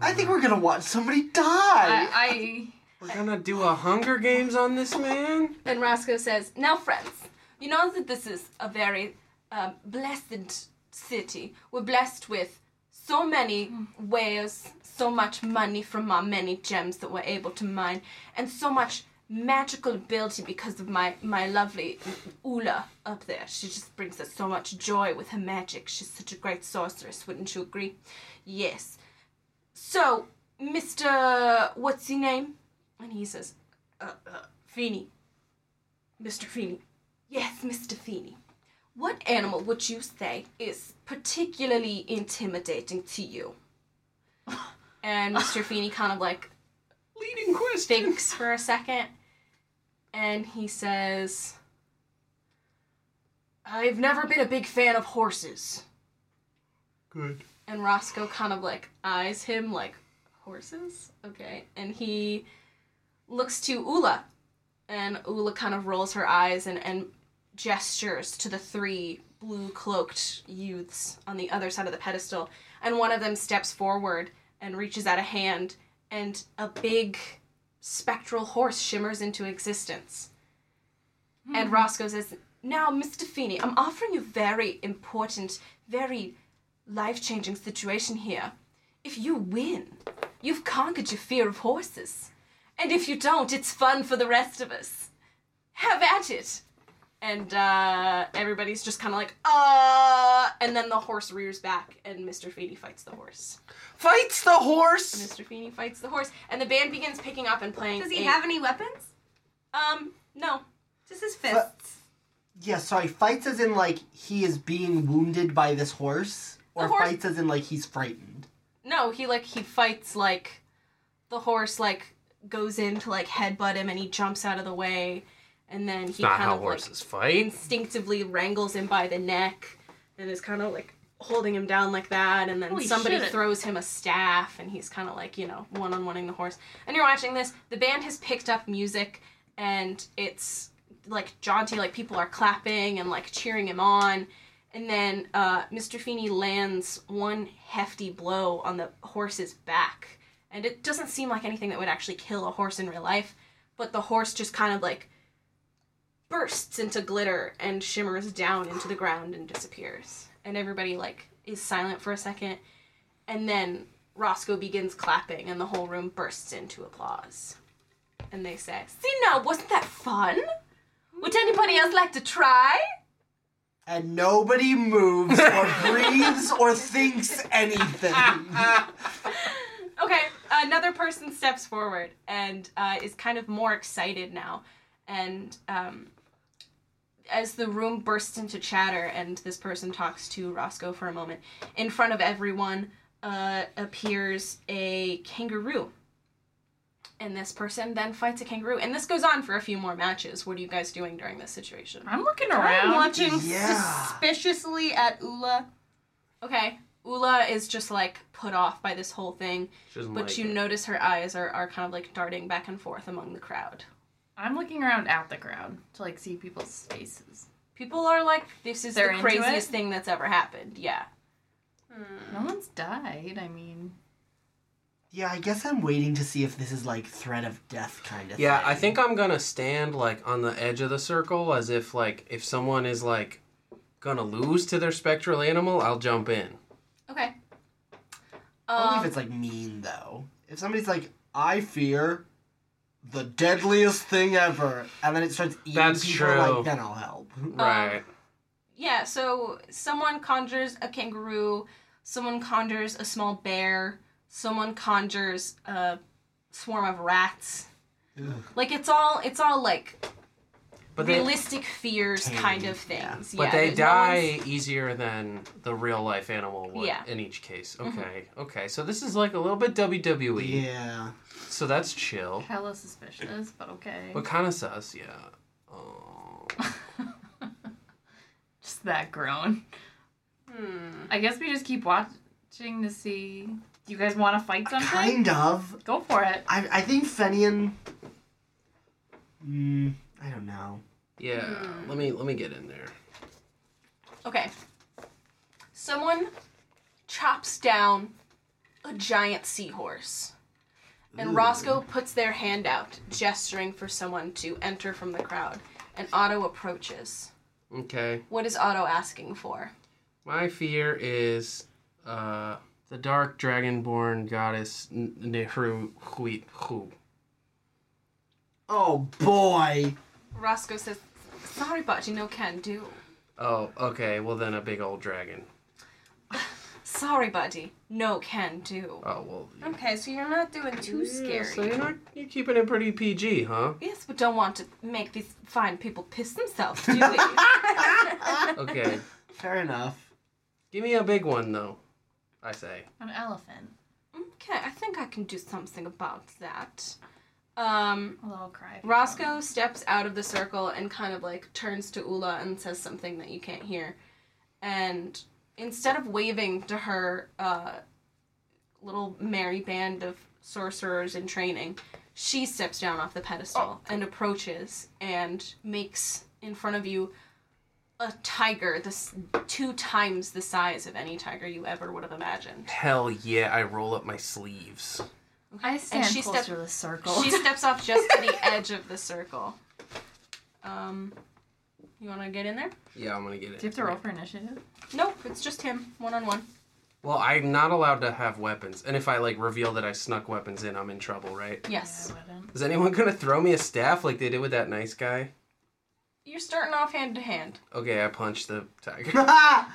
I think we're gonna watch somebody die.
I,
We're gonna do a Hunger Games on this man?
And Roscoe says, Now, friends, you know that this is a very uh, blessed city. We're blessed with so many wares, so much money from our many gems that we're able to mine, and so much magical ability because of my, my lovely Ula up there. She just brings us so much joy with her magic. She's such a great sorceress, wouldn't you agree? Yes. So, Mr. What's your name? And he says, uh, uh, Feeney. Mr. Feeney. Yes, Mr. Feeney. What animal would you say is particularly intimidating to you? And Mr. Feeney kind of like
Leading question.
thinks for a second and he says, I've never been a big fan of horses.
Good.
And Roscoe kind of like eyes him like, horses? Okay. And he looks to Ula and Ula kind of rolls her eyes and, and gestures to the three blue cloaked youths on the other side of the pedestal. And one of them steps forward and reaches out a hand, and a big spectral horse shimmers into existence.
Hmm.
And Roscoe says, Now, Mr. Feeney, I'm offering you a very important, very life changing situation here. If you win, you've conquered your fear of horses. And if you don't, it's fun for the rest of us. Have at it. And uh, everybody's just kind of like, uh, and then the horse rears back, and Mr. Feeney fights the horse.
Fights the horse.
Mr. Feeney fights the horse, and the band begins picking up and playing.
Does he
a-
have any weapons?
Um, no.
Just his fists.
Yeah, sorry. Fights as in like he is being wounded by this horse, or
The horse-
fights as in like he's frightened.
No, he like he fights like the horse like goes in to like headbutt him and he jumps out of the way and then he
Not
kind
how
of
horses
like
fight.
instinctively wrangles him by the neck and is kind of like holding him down like that and then
Holy
somebody
shit.
throws him a staff and he's kind of like, you know, one-on-oneing the horse. And you're watching this, the band has picked up music and it's like jaunty, like people are clapping and like cheering him on. And then uh, Mr. Feeney lands one hefty blow on the horse's back. And it doesn't seem like anything that would actually kill a horse in real life, but the horse just kind of like bursts into glitter and shimmers down into the ground and disappears. And everybody like is silent for a second. And then Roscoe begins clapping and the whole room bursts into applause. And they say, See now, wasn't that fun? Would anybody else like to try?
And nobody moves or breathes or thinks anything.
Okay, another person steps forward and uh, is kind of more excited now. And um, as the room bursts into chatter, and this person talks to Roscoe for a moment, in front of everyone uh, appears a kangaroo. And this person then fights a kangaroo. And this goes on for a few more matches. What are you guys doing during this situation?
I'm looking around.
I'm watching
Yeah.
suspiciously at Ula.
Okay, Ula is just like put off by this whole thing,
She doesn't
but
like
you
it.
notice her eyes are, are kind of like darting back and forth among the crowd.
I'm looking around at the crowd to like see people's faces.
People are like, this is
They're
the
into
craziest
it?
thing that's ever happened. Yeah.
No one's died. I mean,
yeah, I guess I'm waiting to see if this is like threat of death kind of
Yeah,
thing.
I think I'm gonna stand like on the edge of the circle as if like if someone is like gonna lose to their spectral animal, I'll jump in.
Okay.
Only if
Um,
it's like mean though. If somebody's like, I fear the deadliest thing ever, and then it starts eating
That's
people,
true.
like then I'll help.
Um,
Right.
yeah, so someone conjures a kangaroo, someone conjures a small bear, someone conjures a swarm of rats.
Ugh.
Like it's all it's all like
But they
realistic fears
Tame,
kind of
yeah.
things. Yeah.
but they
there's no one's-
die easier than the real life animal would
Yeah. Mm-hmm.
in each case. Okay. Okay. So this is like a little bit WWE.
Yeah.
So that's chill.
hella suspicious, but okay.
But kinda sus, yeah. Oh.
Just that groan. I guess we just keep watching to see. Do you guys want to fight something?
Kind of.
Go for it.
I I think Fenian. Mm, I don't know.
Yeah. Let me let me get in there.
Okay. Someone chops down a giant seahorse. And Roscoe puts their hand out, gesturing for someone to enter from the crowd. And Otto approaches.
Okay.
What is Otto asking for?
My fear is uh, the dark dragonborn goddess N- Nehru Huit Hu.
Oh boy.
Roscoe says, Sorry, but you no can do.
Oh, okay. Well, then a big old dragon.
Sorry, buddy. No can do.
Oh well. you-
Okay, so you're not doing too
Yeah, So
scary.
you're not you're keeping it pretty PG, huh?
Yes, but don't want to make these fine people piss themselves, do we?
Okay.
Fair enough.
Give me a big one though. I say.
An elephant.
okay, I think I can do something about that. Um,
A little cry. if you don't.
Roscoe steps out of the circle and kind of like turns to Ula and says something that you can't hear. And instead of waving to her uh, little merry band of sorcerers in training, she steps down off the pedestal and approaches and makes in front of you a tiger this two times the size of any tiger you ever would have imagined.
Hell yeah! I roll up my sleeves.
I stand
she
close
stepped-
to the circle.
She steps off just to the edge of the circle. Um, you want to get in there?
Yeah, I'm gonna get it.
Do you have to roll for initiative?
Nope, it's just him, one on one.
Well, I'm not allowed to have weapons, and if I like reveal that I snuck weapons in, I'm in trouble, right?
Yes.
I wouldn't.
Is anyone gonna throw me a staff like they did with that nice guy?
You're starting off hand to hand.
Okay, I punched the tiger.
I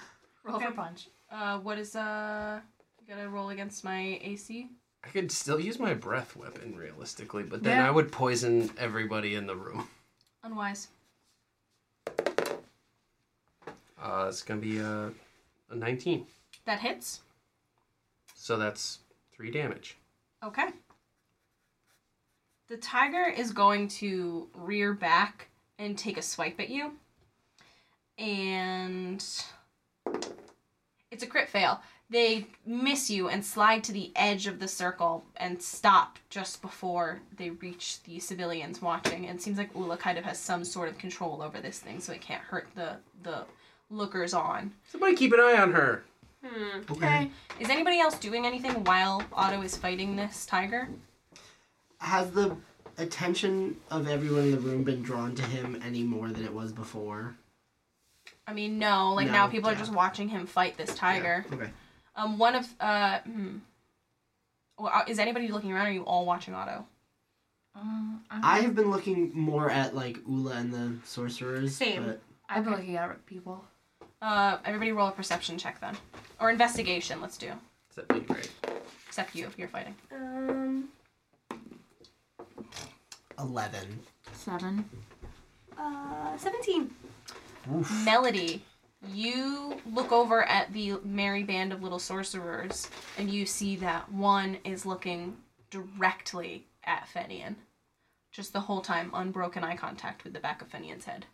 Roll for punch.
Uh, what is, uh, you gotta roll against my AC?
I could still use my breath weapon realistically, but then
Yeah.
I would poison everybody in the room.
Unwise.
Uh, it's gonna be a, a 19,
That hits?
so that's three damage.
Okay. The tiger is going to rear back and take a swipe at you. And it's a crit fail. They miss you and slide to the edge of the circle and stop just before they reach the civilians watching. And it seems like Ula kind of has some sort of control over this thing so it can't hurt the the lookers on.
Somebody keep an eye on her.
Okay.
Is anybody else doing anything while Otto is fighting this tiger?
Has the attention of everyone in the room been drawn to him any more than it was before?
I mean, no. Like
No,
now, people are
yeah.
just watching him fight this tiger.
Yeah, Okay.
Um, one of uh, hmm. Well, uh, is anybody looking around? Or are you all watching Otto?
Um, I'm,
I have been looking more at like Ula and the sorcerers.
Same.
But
I've been looking at people.
Uh, everybody roll a perception check then, or investigation. Let's do.
Except me, right?
Except you, if you're fighting.
Um,
Eleven.
Seven.
uh, 17.
Melody, you look over at the merry band of little sorcerers, and you see that one is looking directly at Fenian, just the whole time, unbroken eye contact with the back of Fenian's head.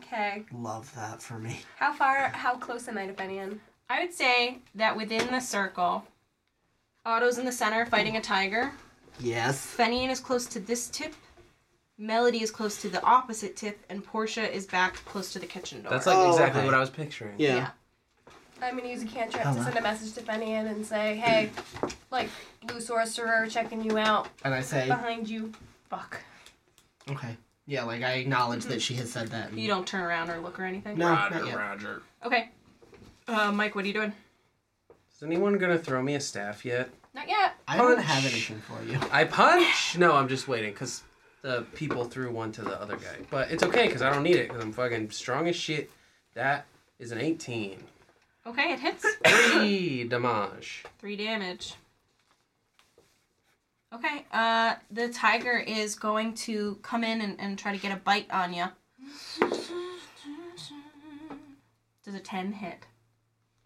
Okay.
Love that for me.
How far, how close am I to Fenian?
I would say that within the circle, Otto's in the center fighting a tiger.
Yes.
Fenian is close to this tip. Melody is close to the opposite tip, and Portia is back close to the kitchen door.
That's like
Oh,
exactly
okay.
what I was picturing.
Yeah.
Yeah.
I'm gonna use a cantrip
Oh,
to
wow.
send a message to Fenian and say, hey, like, blue sorcerer checking you out
And I say,
behind you.
Fuck.
okay. Yeah, like I acknowledge that she has said that. and-
you don't turn around or look or anything.
No,
Roger,
not yet.
Roger.
Okay. Uh, Mike, what are you doing?
Is anyone gonna throw me a staff yet?
Not yet.
I don't
Punch.
have anything for you.
I punch? No, I'm just waiting because the people threw one to the other guy. But it's okay because I don't need it because I'm fucking strong as shit. That is an 18.
Okay, it hits.
Three damage.
Three damage. Okay. Uh, the tiger is going to come in and, and try to get a bite on you. Does a ten hit?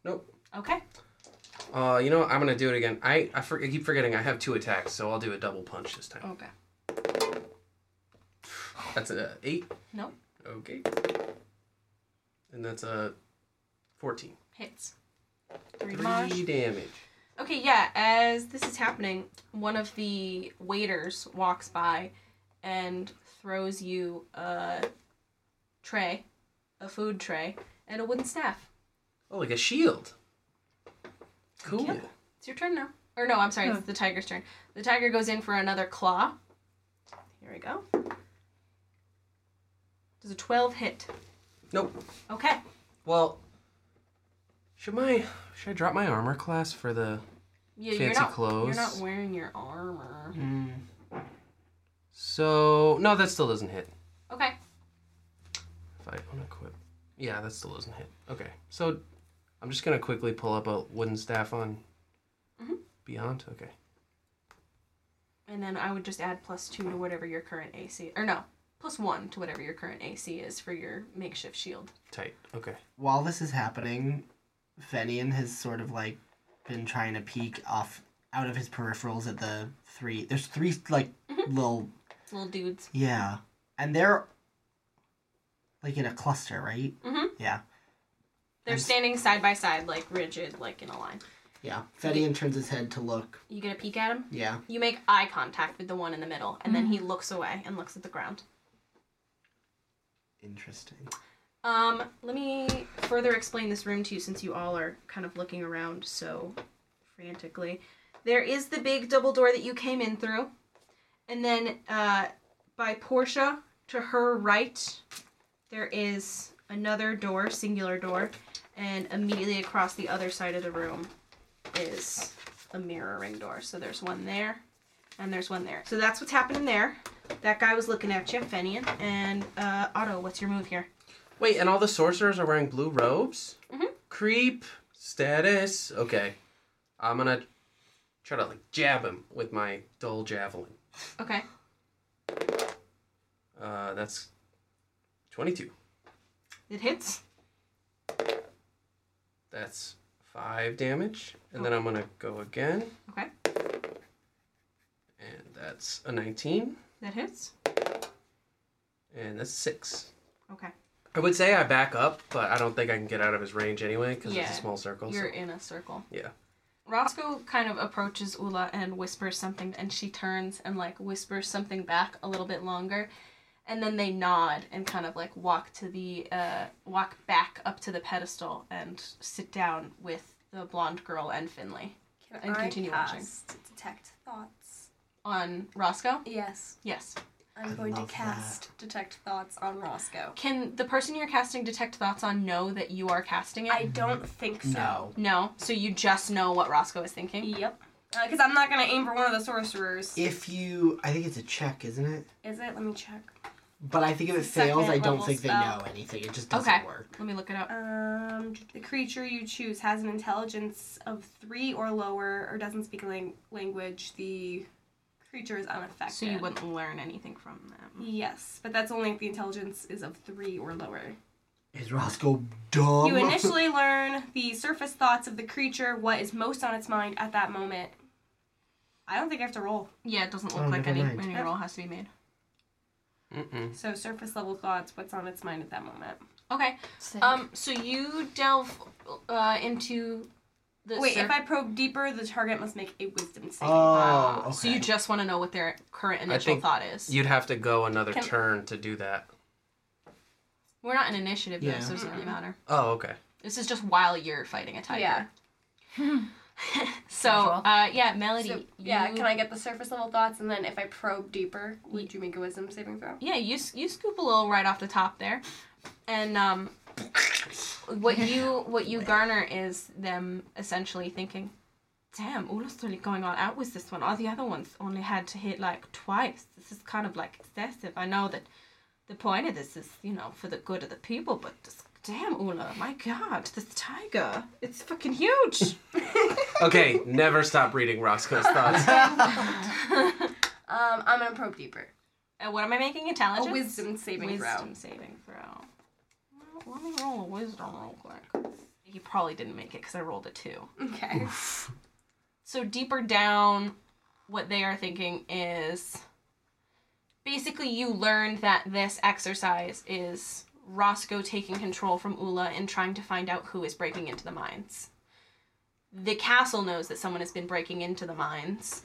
Nope.
Okay.
Uh, you know what? I'm gonna do it again. I I, for, I keep forgetting I have two attacks, so I'll do a double punch this time.
Okay.
That's a eight.
Nope.
Okay. And that's a fourteen.
Hits. Three damage.
Three damage.
Okay, yeah, as this is happening, one of the waiters walks by and throws you a tray, a food tray, and a wooden staff.
Oh, like a shield. Cool.
Yeah. It's your turn now. Or no, I'm sorry, it's the tiger's turn. The tiger goes in for another claw. Here we go. Does a 12 hit.
Nope.
Okay.
Well, should my should I drop my armor class for the
Yeah, you're
Fancy
not,
clothes.
You're not wearing your armor.
Mm.
So no, that still doesn't hit.
Okay.
If I unequip, yeah, that still doesn't hit. Okay, so I'm just gonna quickly pull up a wooden staff on
Mm-hmm.
Beyond. Okay.
And then I would just add plus two to whatever your current AC, or no, plus one to whatever your current AC is for your makeshift shield.
Tight. Okay.
While this is happening, Fenian has sort of like been trying to peek off out of his peripherals at the three. There's three like
Mm-hmm.
little
Little dudes.
yeah, and they're like in a cluster, right?
Mm-hmm.
Mhm.
Yeah,
They're
Nice.
standing side by side, like rigid, like in a line.
yeah. Fenian turns his head to look.
You get a peek at him.
Yeah,
You make eye contact with the one in the middle, and then he looks away and looks at the ground.
interesting.
Um, let me further explain this room to you since you all are kind of looking around so frantically. There is the big double door that you came in through, and then uh, by Portia to her right, there is another door, singular door, and immediately across the other side of the room is a mirroring door. So there's one there, and there's one there. So that's what's happening there. That guy was looking at you, Fenian, and uh, Otto. What's your move here?
Wait, and all the sorcerers are wearing blue robes?
Mm-hmm.
Creep status. Okay. I'm gonna try to like jab him with my dull javelin.
Okay.
Uh, that's 22.
It hits.
That's five damage, and then I'm gonna go again,
Okay.
and that's a 19,
That hits.
and that's six.
Okay.
I would say I back up, but I don't think I can get out of his range anyway because
Yeah.
it's a small circle.
You're
So.
in a circle.
Yeah.
Roscoe kind of approaches Ula and whispers something, and she turns and like whispers something back a little bit longer, and then they nod and kind of like walk to the uh, walk back up to the pedestal and sit down with the blonde girl and Finley
Can
And
I
continue watching.
cast Detect thoughts.
on Roscoe.
Yes,
Yes.
I'm
I
going to
love
cast Detect thoughts on Roscoe.
Can the person you're casting detect thoughts on know that you are casting it?
I don't think so.
No,
no. So you just know what Roscoe is thinking.
Yep. Because I'm not going to aim for one of the sorcerers.
if you, I think it's a check, isn't it?
Is it? Let me check.
But I think if it
It's a second
fails, I don't
level
think they
spell.
know anything. It just doesn't
Okay.
work.
Let me look it up.
Um, the creature you choose has an intelligence of three or lower, or doesn't speak lang- language. The creature is unaffected.
So you wouldn't learn anything from them.
Yes, but that's only if the intelligence is of three or lower.
Is Roscoe dumb?
You initially learn the surface thoughts of the creature, what is most on its mind at that moment. I don't think I have to roll.
Yeah, it doesn't look
Oh,
like
never
any,
mind.
any roll has to be made.
Mm-mm.
So surface level thoughts, what's on its mind at that moment.
Okay.
Sick.
Um. So you delve uh, into the.
Wait,
cir-
if I probe deeper, the target must make a wisdom
Oh,
save. Ah,
okay.
So you just want to know what their current initial
think
thought is.
You'd have to go another
Can-
turn to do that.
We're not in initiative yet,
Yeah.
so it doesn't really
Mm-hmm.
matter.
Oh, okay.
This is just while you're fighting a tiger.
Yeah.
so,
Casual.
uh, yeah, Melody.
So, yeah,
you-
can I get the surface level thoughts and then if I probe deeper, would you make a wisdom saving throw?
Yeah, you s- you scoop a little right off the top there, and um, what you what you garner is them essentially thinking, "Damn, Ula's really going all out with this one. All the other ones only had to hit like twice. This is kind of like excessive. I know that the point of this is you know for the good of the people, but this, damn Ula, my God, this tiger, it's fucking huge.
Okay, never stop reading Roscoe's thoughts.
Um, I'm gonna probe deeper.
and what am I making?
A
Intelligence.
wisdom saving
Wisdom saving throw. Well, Let me roll a wisdom real quick. He probably didn't make it because I rolled a two.
throw. Okay.
So deeper down, what they are thinking is basically you learned that this exercise is Roscoe taking control from Ula and trying to find out who is breaking into the mines. The castle knows that someone has been breaking into the mines.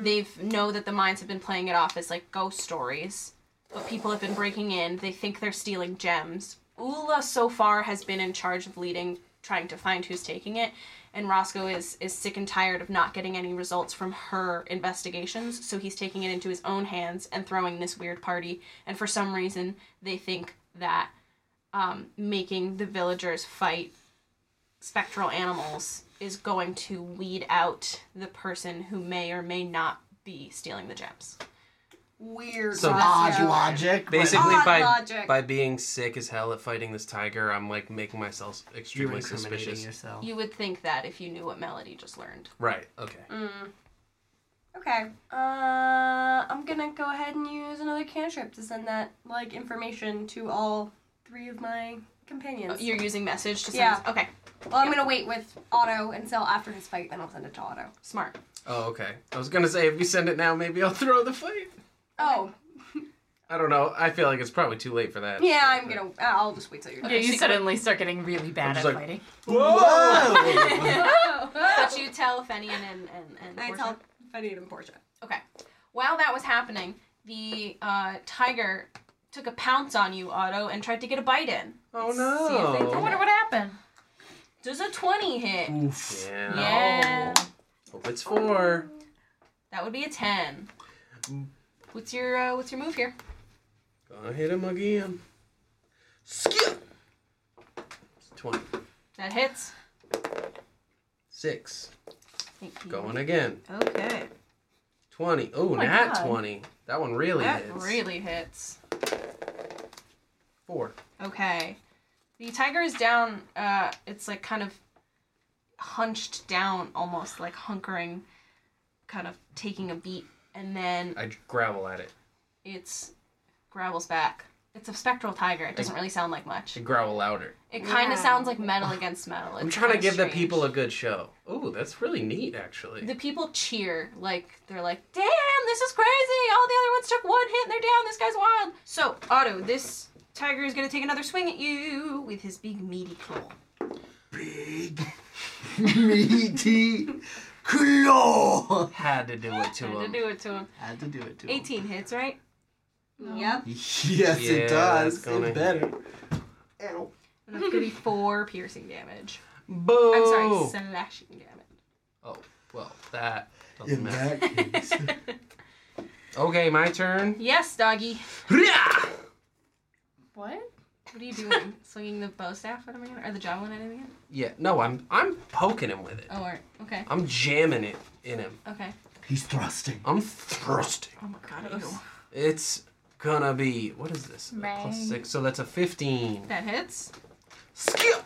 They've know that the mines have been playing it off as like ghost stories, but people have been breaking in. They think they're stealing gems. Ula so far has been in charge of leading, trying to find who's taking it, and Roscoe is is sick and tired of not getting any results from her investigations, so he's taking it into his own hands and throwing this weird party. And for some reason, they think that um, making the villagers fight spectral animals is going to weed out the person who may or may not be stealing the gems.
weird.
So-
odd
Odd logic. but-
Basically,
Odd
by
logic.
by being sick as hell at fighting this tiger, I'm like making myself
you're
extremely
incriminating
suspicious.
yourself.
You would think that if you knew what Melody just learned.
Right. Okay.
Okay. Uh, I'm gonna go ahead and use another cantrip to send that like information to all three of my companions.
You're using message to send.
Yeah.
Okay.
well, I'm gonna wait with Otto until after his fight, then I'll send it to Otto.
Smart.
Oh, okay. I was gonna say if you send it now, maybe I'll throw the fight.
Oh,
I don't know. I feel like it's probably too late for that.
yeah. I'm gonna. I'll just wait till you're done.
Yeah, you suddenly start getting really bad at
just like-
fighting.
Whoa!
But you tell Fenian and and and.
I
Portia?
tell Fenny and Portia.
Okay. While that was happening, the uh, tiger took a pounce on you, Otto, and tried to get a bite in.
Oh
See if
I
they-
no.
wonder what happened.
Does a 20 hit?
Oof.
Yeah.
Yeah.
Hope it's four.
That would be a 10. What's your uh, what's your move here?
Gonna hit him again. Skip. It's Twenty
That hits.
six.
Thank you.
Going again.
Okay.
Twenty. Oh,
my
nat
God.
twenty. That one really
That
hits.
really hits.
Four.
Okay. The tiger is down. Uh, it's like kind of hunched down, almost like hunkering, kind of taking a beat, and then
I gravel at it.
it's Gravel's back. It's a spectral tiger. It doesn't really sound like much.
I growl louder.
It kind of sounds like metal against metal.
I'm
It's
trying to
kinda
give the
strange.
people a good show. Oh, that's really neat, actually.
The people cheer like they're like, "Damn, this is crazy! All the other ones took one hit and they're down. This guy's wild." So Otto, this tiger is gonna take another swing at you with his big meaty claw.
Big, meaty claw.
Had to do it to
Trying to
him.
do it to him.
Had to do it to him.
18 hits, right?
Yep.
Yes,
Yeah,
it does.
that's gonna-
It's better. Ow.
That's gonna be four piercing damage.
Boo!
I'm sorry, slashing damage.
Oh, well, that doesn't
In
matter.
that case.
Okay, my turn.
Yes, doggy.
Hurrah!
What?
What are you doing? Swinging the bow staff at him again, or the javelin at him again?
Yeah, no, I'm I'm poking him with it.
Oh, all right. Okay.
I'm jamming it in him.
Okay.
He's thrusting.
I'm thrusting.
Oh my god. Ew.
It's gonna be what is this? A
Bang.
plus six, so that's a fifteen.
That hits.
Skip.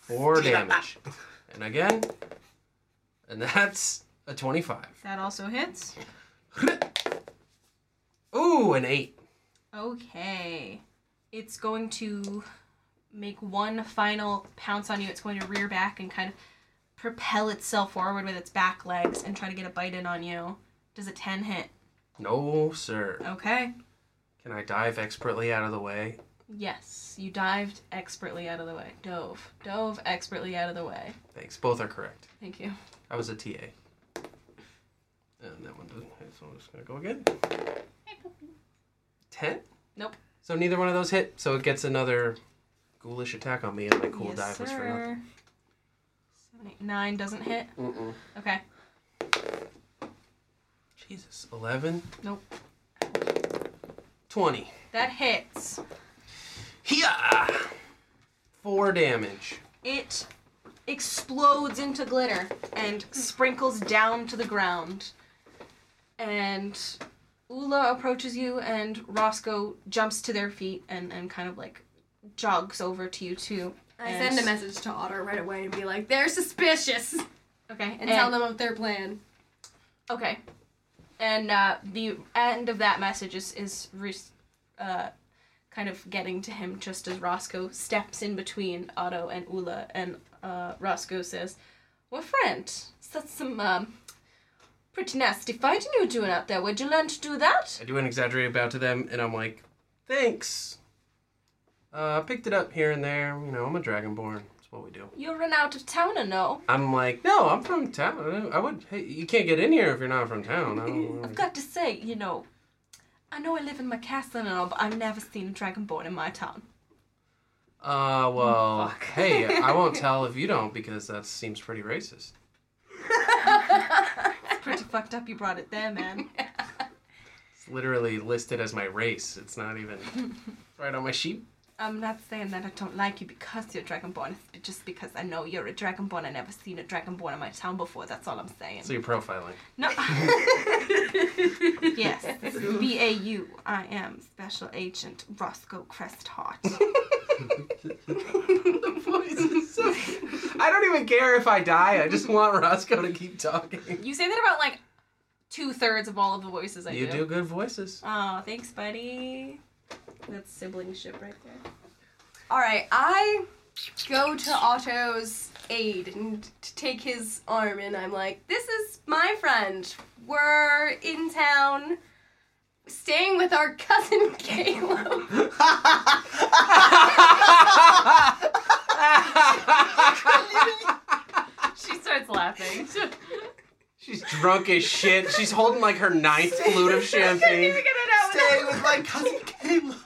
Four damage, and again, and that's a twenty-five.
That also hits.
Ooh, an eight.
Okay. It's going to make one final pounce on you. It's going to rear back and kind of propel itself forward with its back legs and try to get a bite in on you. Does a 10 hit?
No, sir.
Okay.
Can I dive expertly out of the way?
Yes, you dived expertly out of the way. Dove. Dove expertly out of the way.
Thanks. Both are correct.
Thank you.
I was a TA. And that one doesn't hit, so I'm just gonna go again. Ten?
Nope.
So neither one of those hit, so it gets another ghoulish attack on me, and my cool dive was for nothing.
Seven, eight, nine doesn't hit.
Mm-mm.
Okay.
Jesus. Eleven?
Nope.
Twenty.
That hits.
Yeah. Four damage.
It explodes into glitter and sprinkles down to the ground. And Ula approaches you, and Roscoe jumps to their feet and, and kind of like jogs over to you too.
I
And-
send a message to Otter right away and be like, they're suspicious, and,
Okay, and,
tell them of their plan.
Okay, and uh, the end of that message is is re- uh, kind of getting to him just as Roscoe steps in between Otto and Ula, and uh, Roscoe says, "Well, friend, that's some um, pretty nasty fighting you were doing out there. Where'd you learn to do that?"
I do an exaggerated bow to them, and I'm like, thanks. Uh, I picked it up here and there. You know, I'm a dragonborn. That's what we do.
You run out of town, I know.
I'm like, no, I'm from town. I don't- I would. Hey, you can't get in here if you're not from town. I don't.
I've got to say, you know, I know I live in my castle and all, but I've never seen a dragonborn in my town.
Uh, well, hey, I won't tell if you don't because that seems pretty racist.
It's pretty fucked up. You brought it there, man.
It's literally listed as my race. It's not even right on my sheep.
I'm not saying that I don't like you because you're Dragonborn. It's just because I know you're a Dragonborn. I never seen a Dragonborn in my town before. That's all I'm saying.
So you're profiling.
No. yes. B A U. I am Special Agent Roscoe Cresthart.
I don't even care if I die. I just want Roscoe to keep talking.
you say that about like two thirds of all of the voices I
You
do.
do good voices.
Oh, thanks, buddy. That's siblingship right there.
All right, I go to Otto's aid and to take his arm, and I'm like, "This is my friend. We're in town, staying with our cousin Caleb."
She starts laughing.
She's drunk as shit. She's holding like her ninth flute of champagne.
Stay with my cousin Caleb.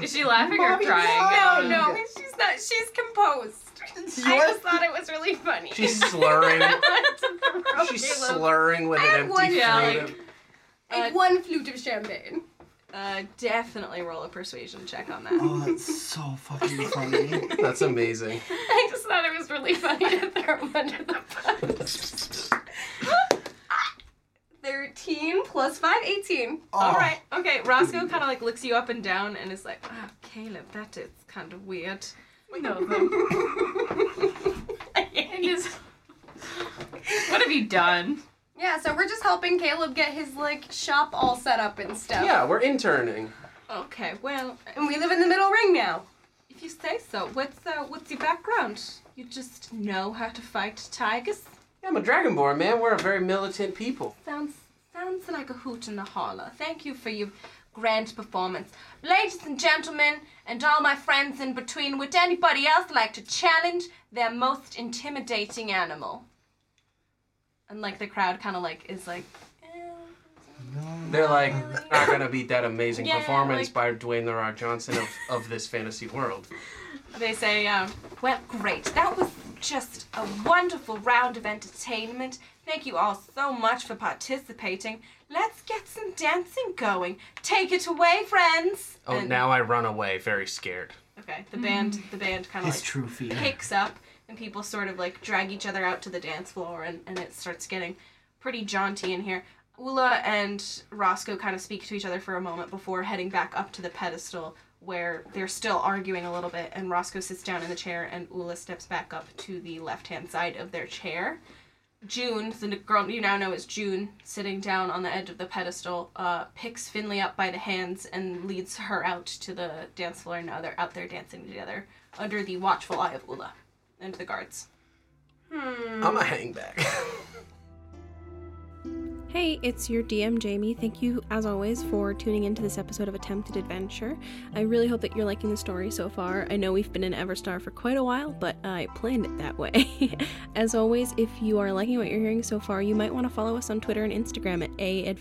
Is she laughing or crying?
no, no, she's not. She's composed. I
You're-
just thought it was really funny.
She's slurring. She's slurring with
I
an
have
empty
one
flute.
Like one flute of champagne.
Uh, definitely roll a persuasion check on that.
Oh, that's so fucking funny.
of- That's amazing.
I just thought it was really funny to throw him under the bus. 13 plus 5, 18.
All right. Okay. Roscoe kind of like looks you up and down and is like, "Ah, Caleb, that is kind of weird."
We know them. It is. What have you done?
Yeah, so we're just helping Caleb get his like shop all set up and stuff.
Yeah, we're interning.
Okay. Well,
And we live in the middle ring now.
if you say so. What's uh, what's your background? You just know how to fight tigers.
Yeah, I'm a dragonborn, man. We're a very militant people.
Sounds sounds like a hoot and a holler. Thank you for your grand performance. Ladies and gentlemen, and all my friends in between, would anybody else like to challenge their most intimidating animal? And like the crowd kind of like is like,
They're like, not gonna beat that amazing
Yeah,
performance
like-
by Dwayne The Rock Johnson of, of this fantasy world.
they say, um, well, great. That was just a wonderful round of entertainment. Thank you all so much for participating. Let's get some dancing going. Take it away, friends.
Oh,
And-
now I run away, very scared.
Okay, the band, the band kind of
His
like
true fear.
picks up and people sort of like drag each other out to the dance floor and, and it starts getting pretty jaunty in here. Ula and Roscoe kind of speak to each other for a moment before heading back up to the pedestal where they're still arguing a little bit and Roscoe sits down in the chair and Ula steps back up to the left hand side of their chair. June, the girl you now know is June, sitting down on the edge of the pedestal, uh, picks Finley up by the hands and leads her out to the dance floor. Now they're out there dancing together under the watchful eye of Ula and the guards.
I'm a hangback.
Hey, it's your DM, Jamie. Thank you, as always, for tuning into this episode of Attempted Adventure. I really hope that you're liking the story so far. I know we've been in Everstar for quite a while, but I planned it that way. as always, if you are liking what you're hearing so far, you might want to follow us on Twitter and Instagram at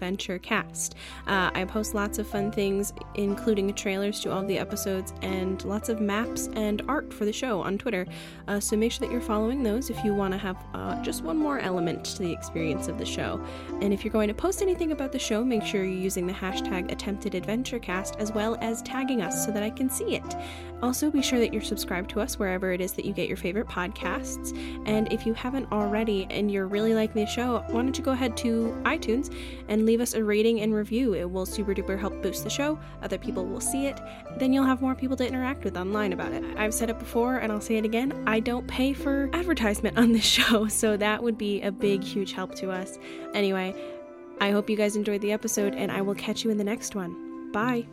AAdventureCast. Uh, I post lots of fun things, including trailers to all the episodes and lots of maps and art for the show on Twitter. Uh, so make sure that you're following those if you want to have uh, just one more element to the experience of the show. And if you're going to post anything about the show, make sure you're using the hashtag AttemptedAdventureCast as well as tagging us so that I can see it. Also, be sure that you're subscribed to us wherever it is that you get your favorite podcasts. And if you haven't already and you're really liking the show, why don't you go ahead to iTunes and leave us a rating and review? It will super duper help boost the show. Other people will see it. Then you'll have more people to interact with online about it. I've said it before and I'll say it again I don't pay for advertisement on this show, so that would be a big, huge help to us. Anyway, I hope you guys enjoyed the episode and I will catch you in the next one. Bye.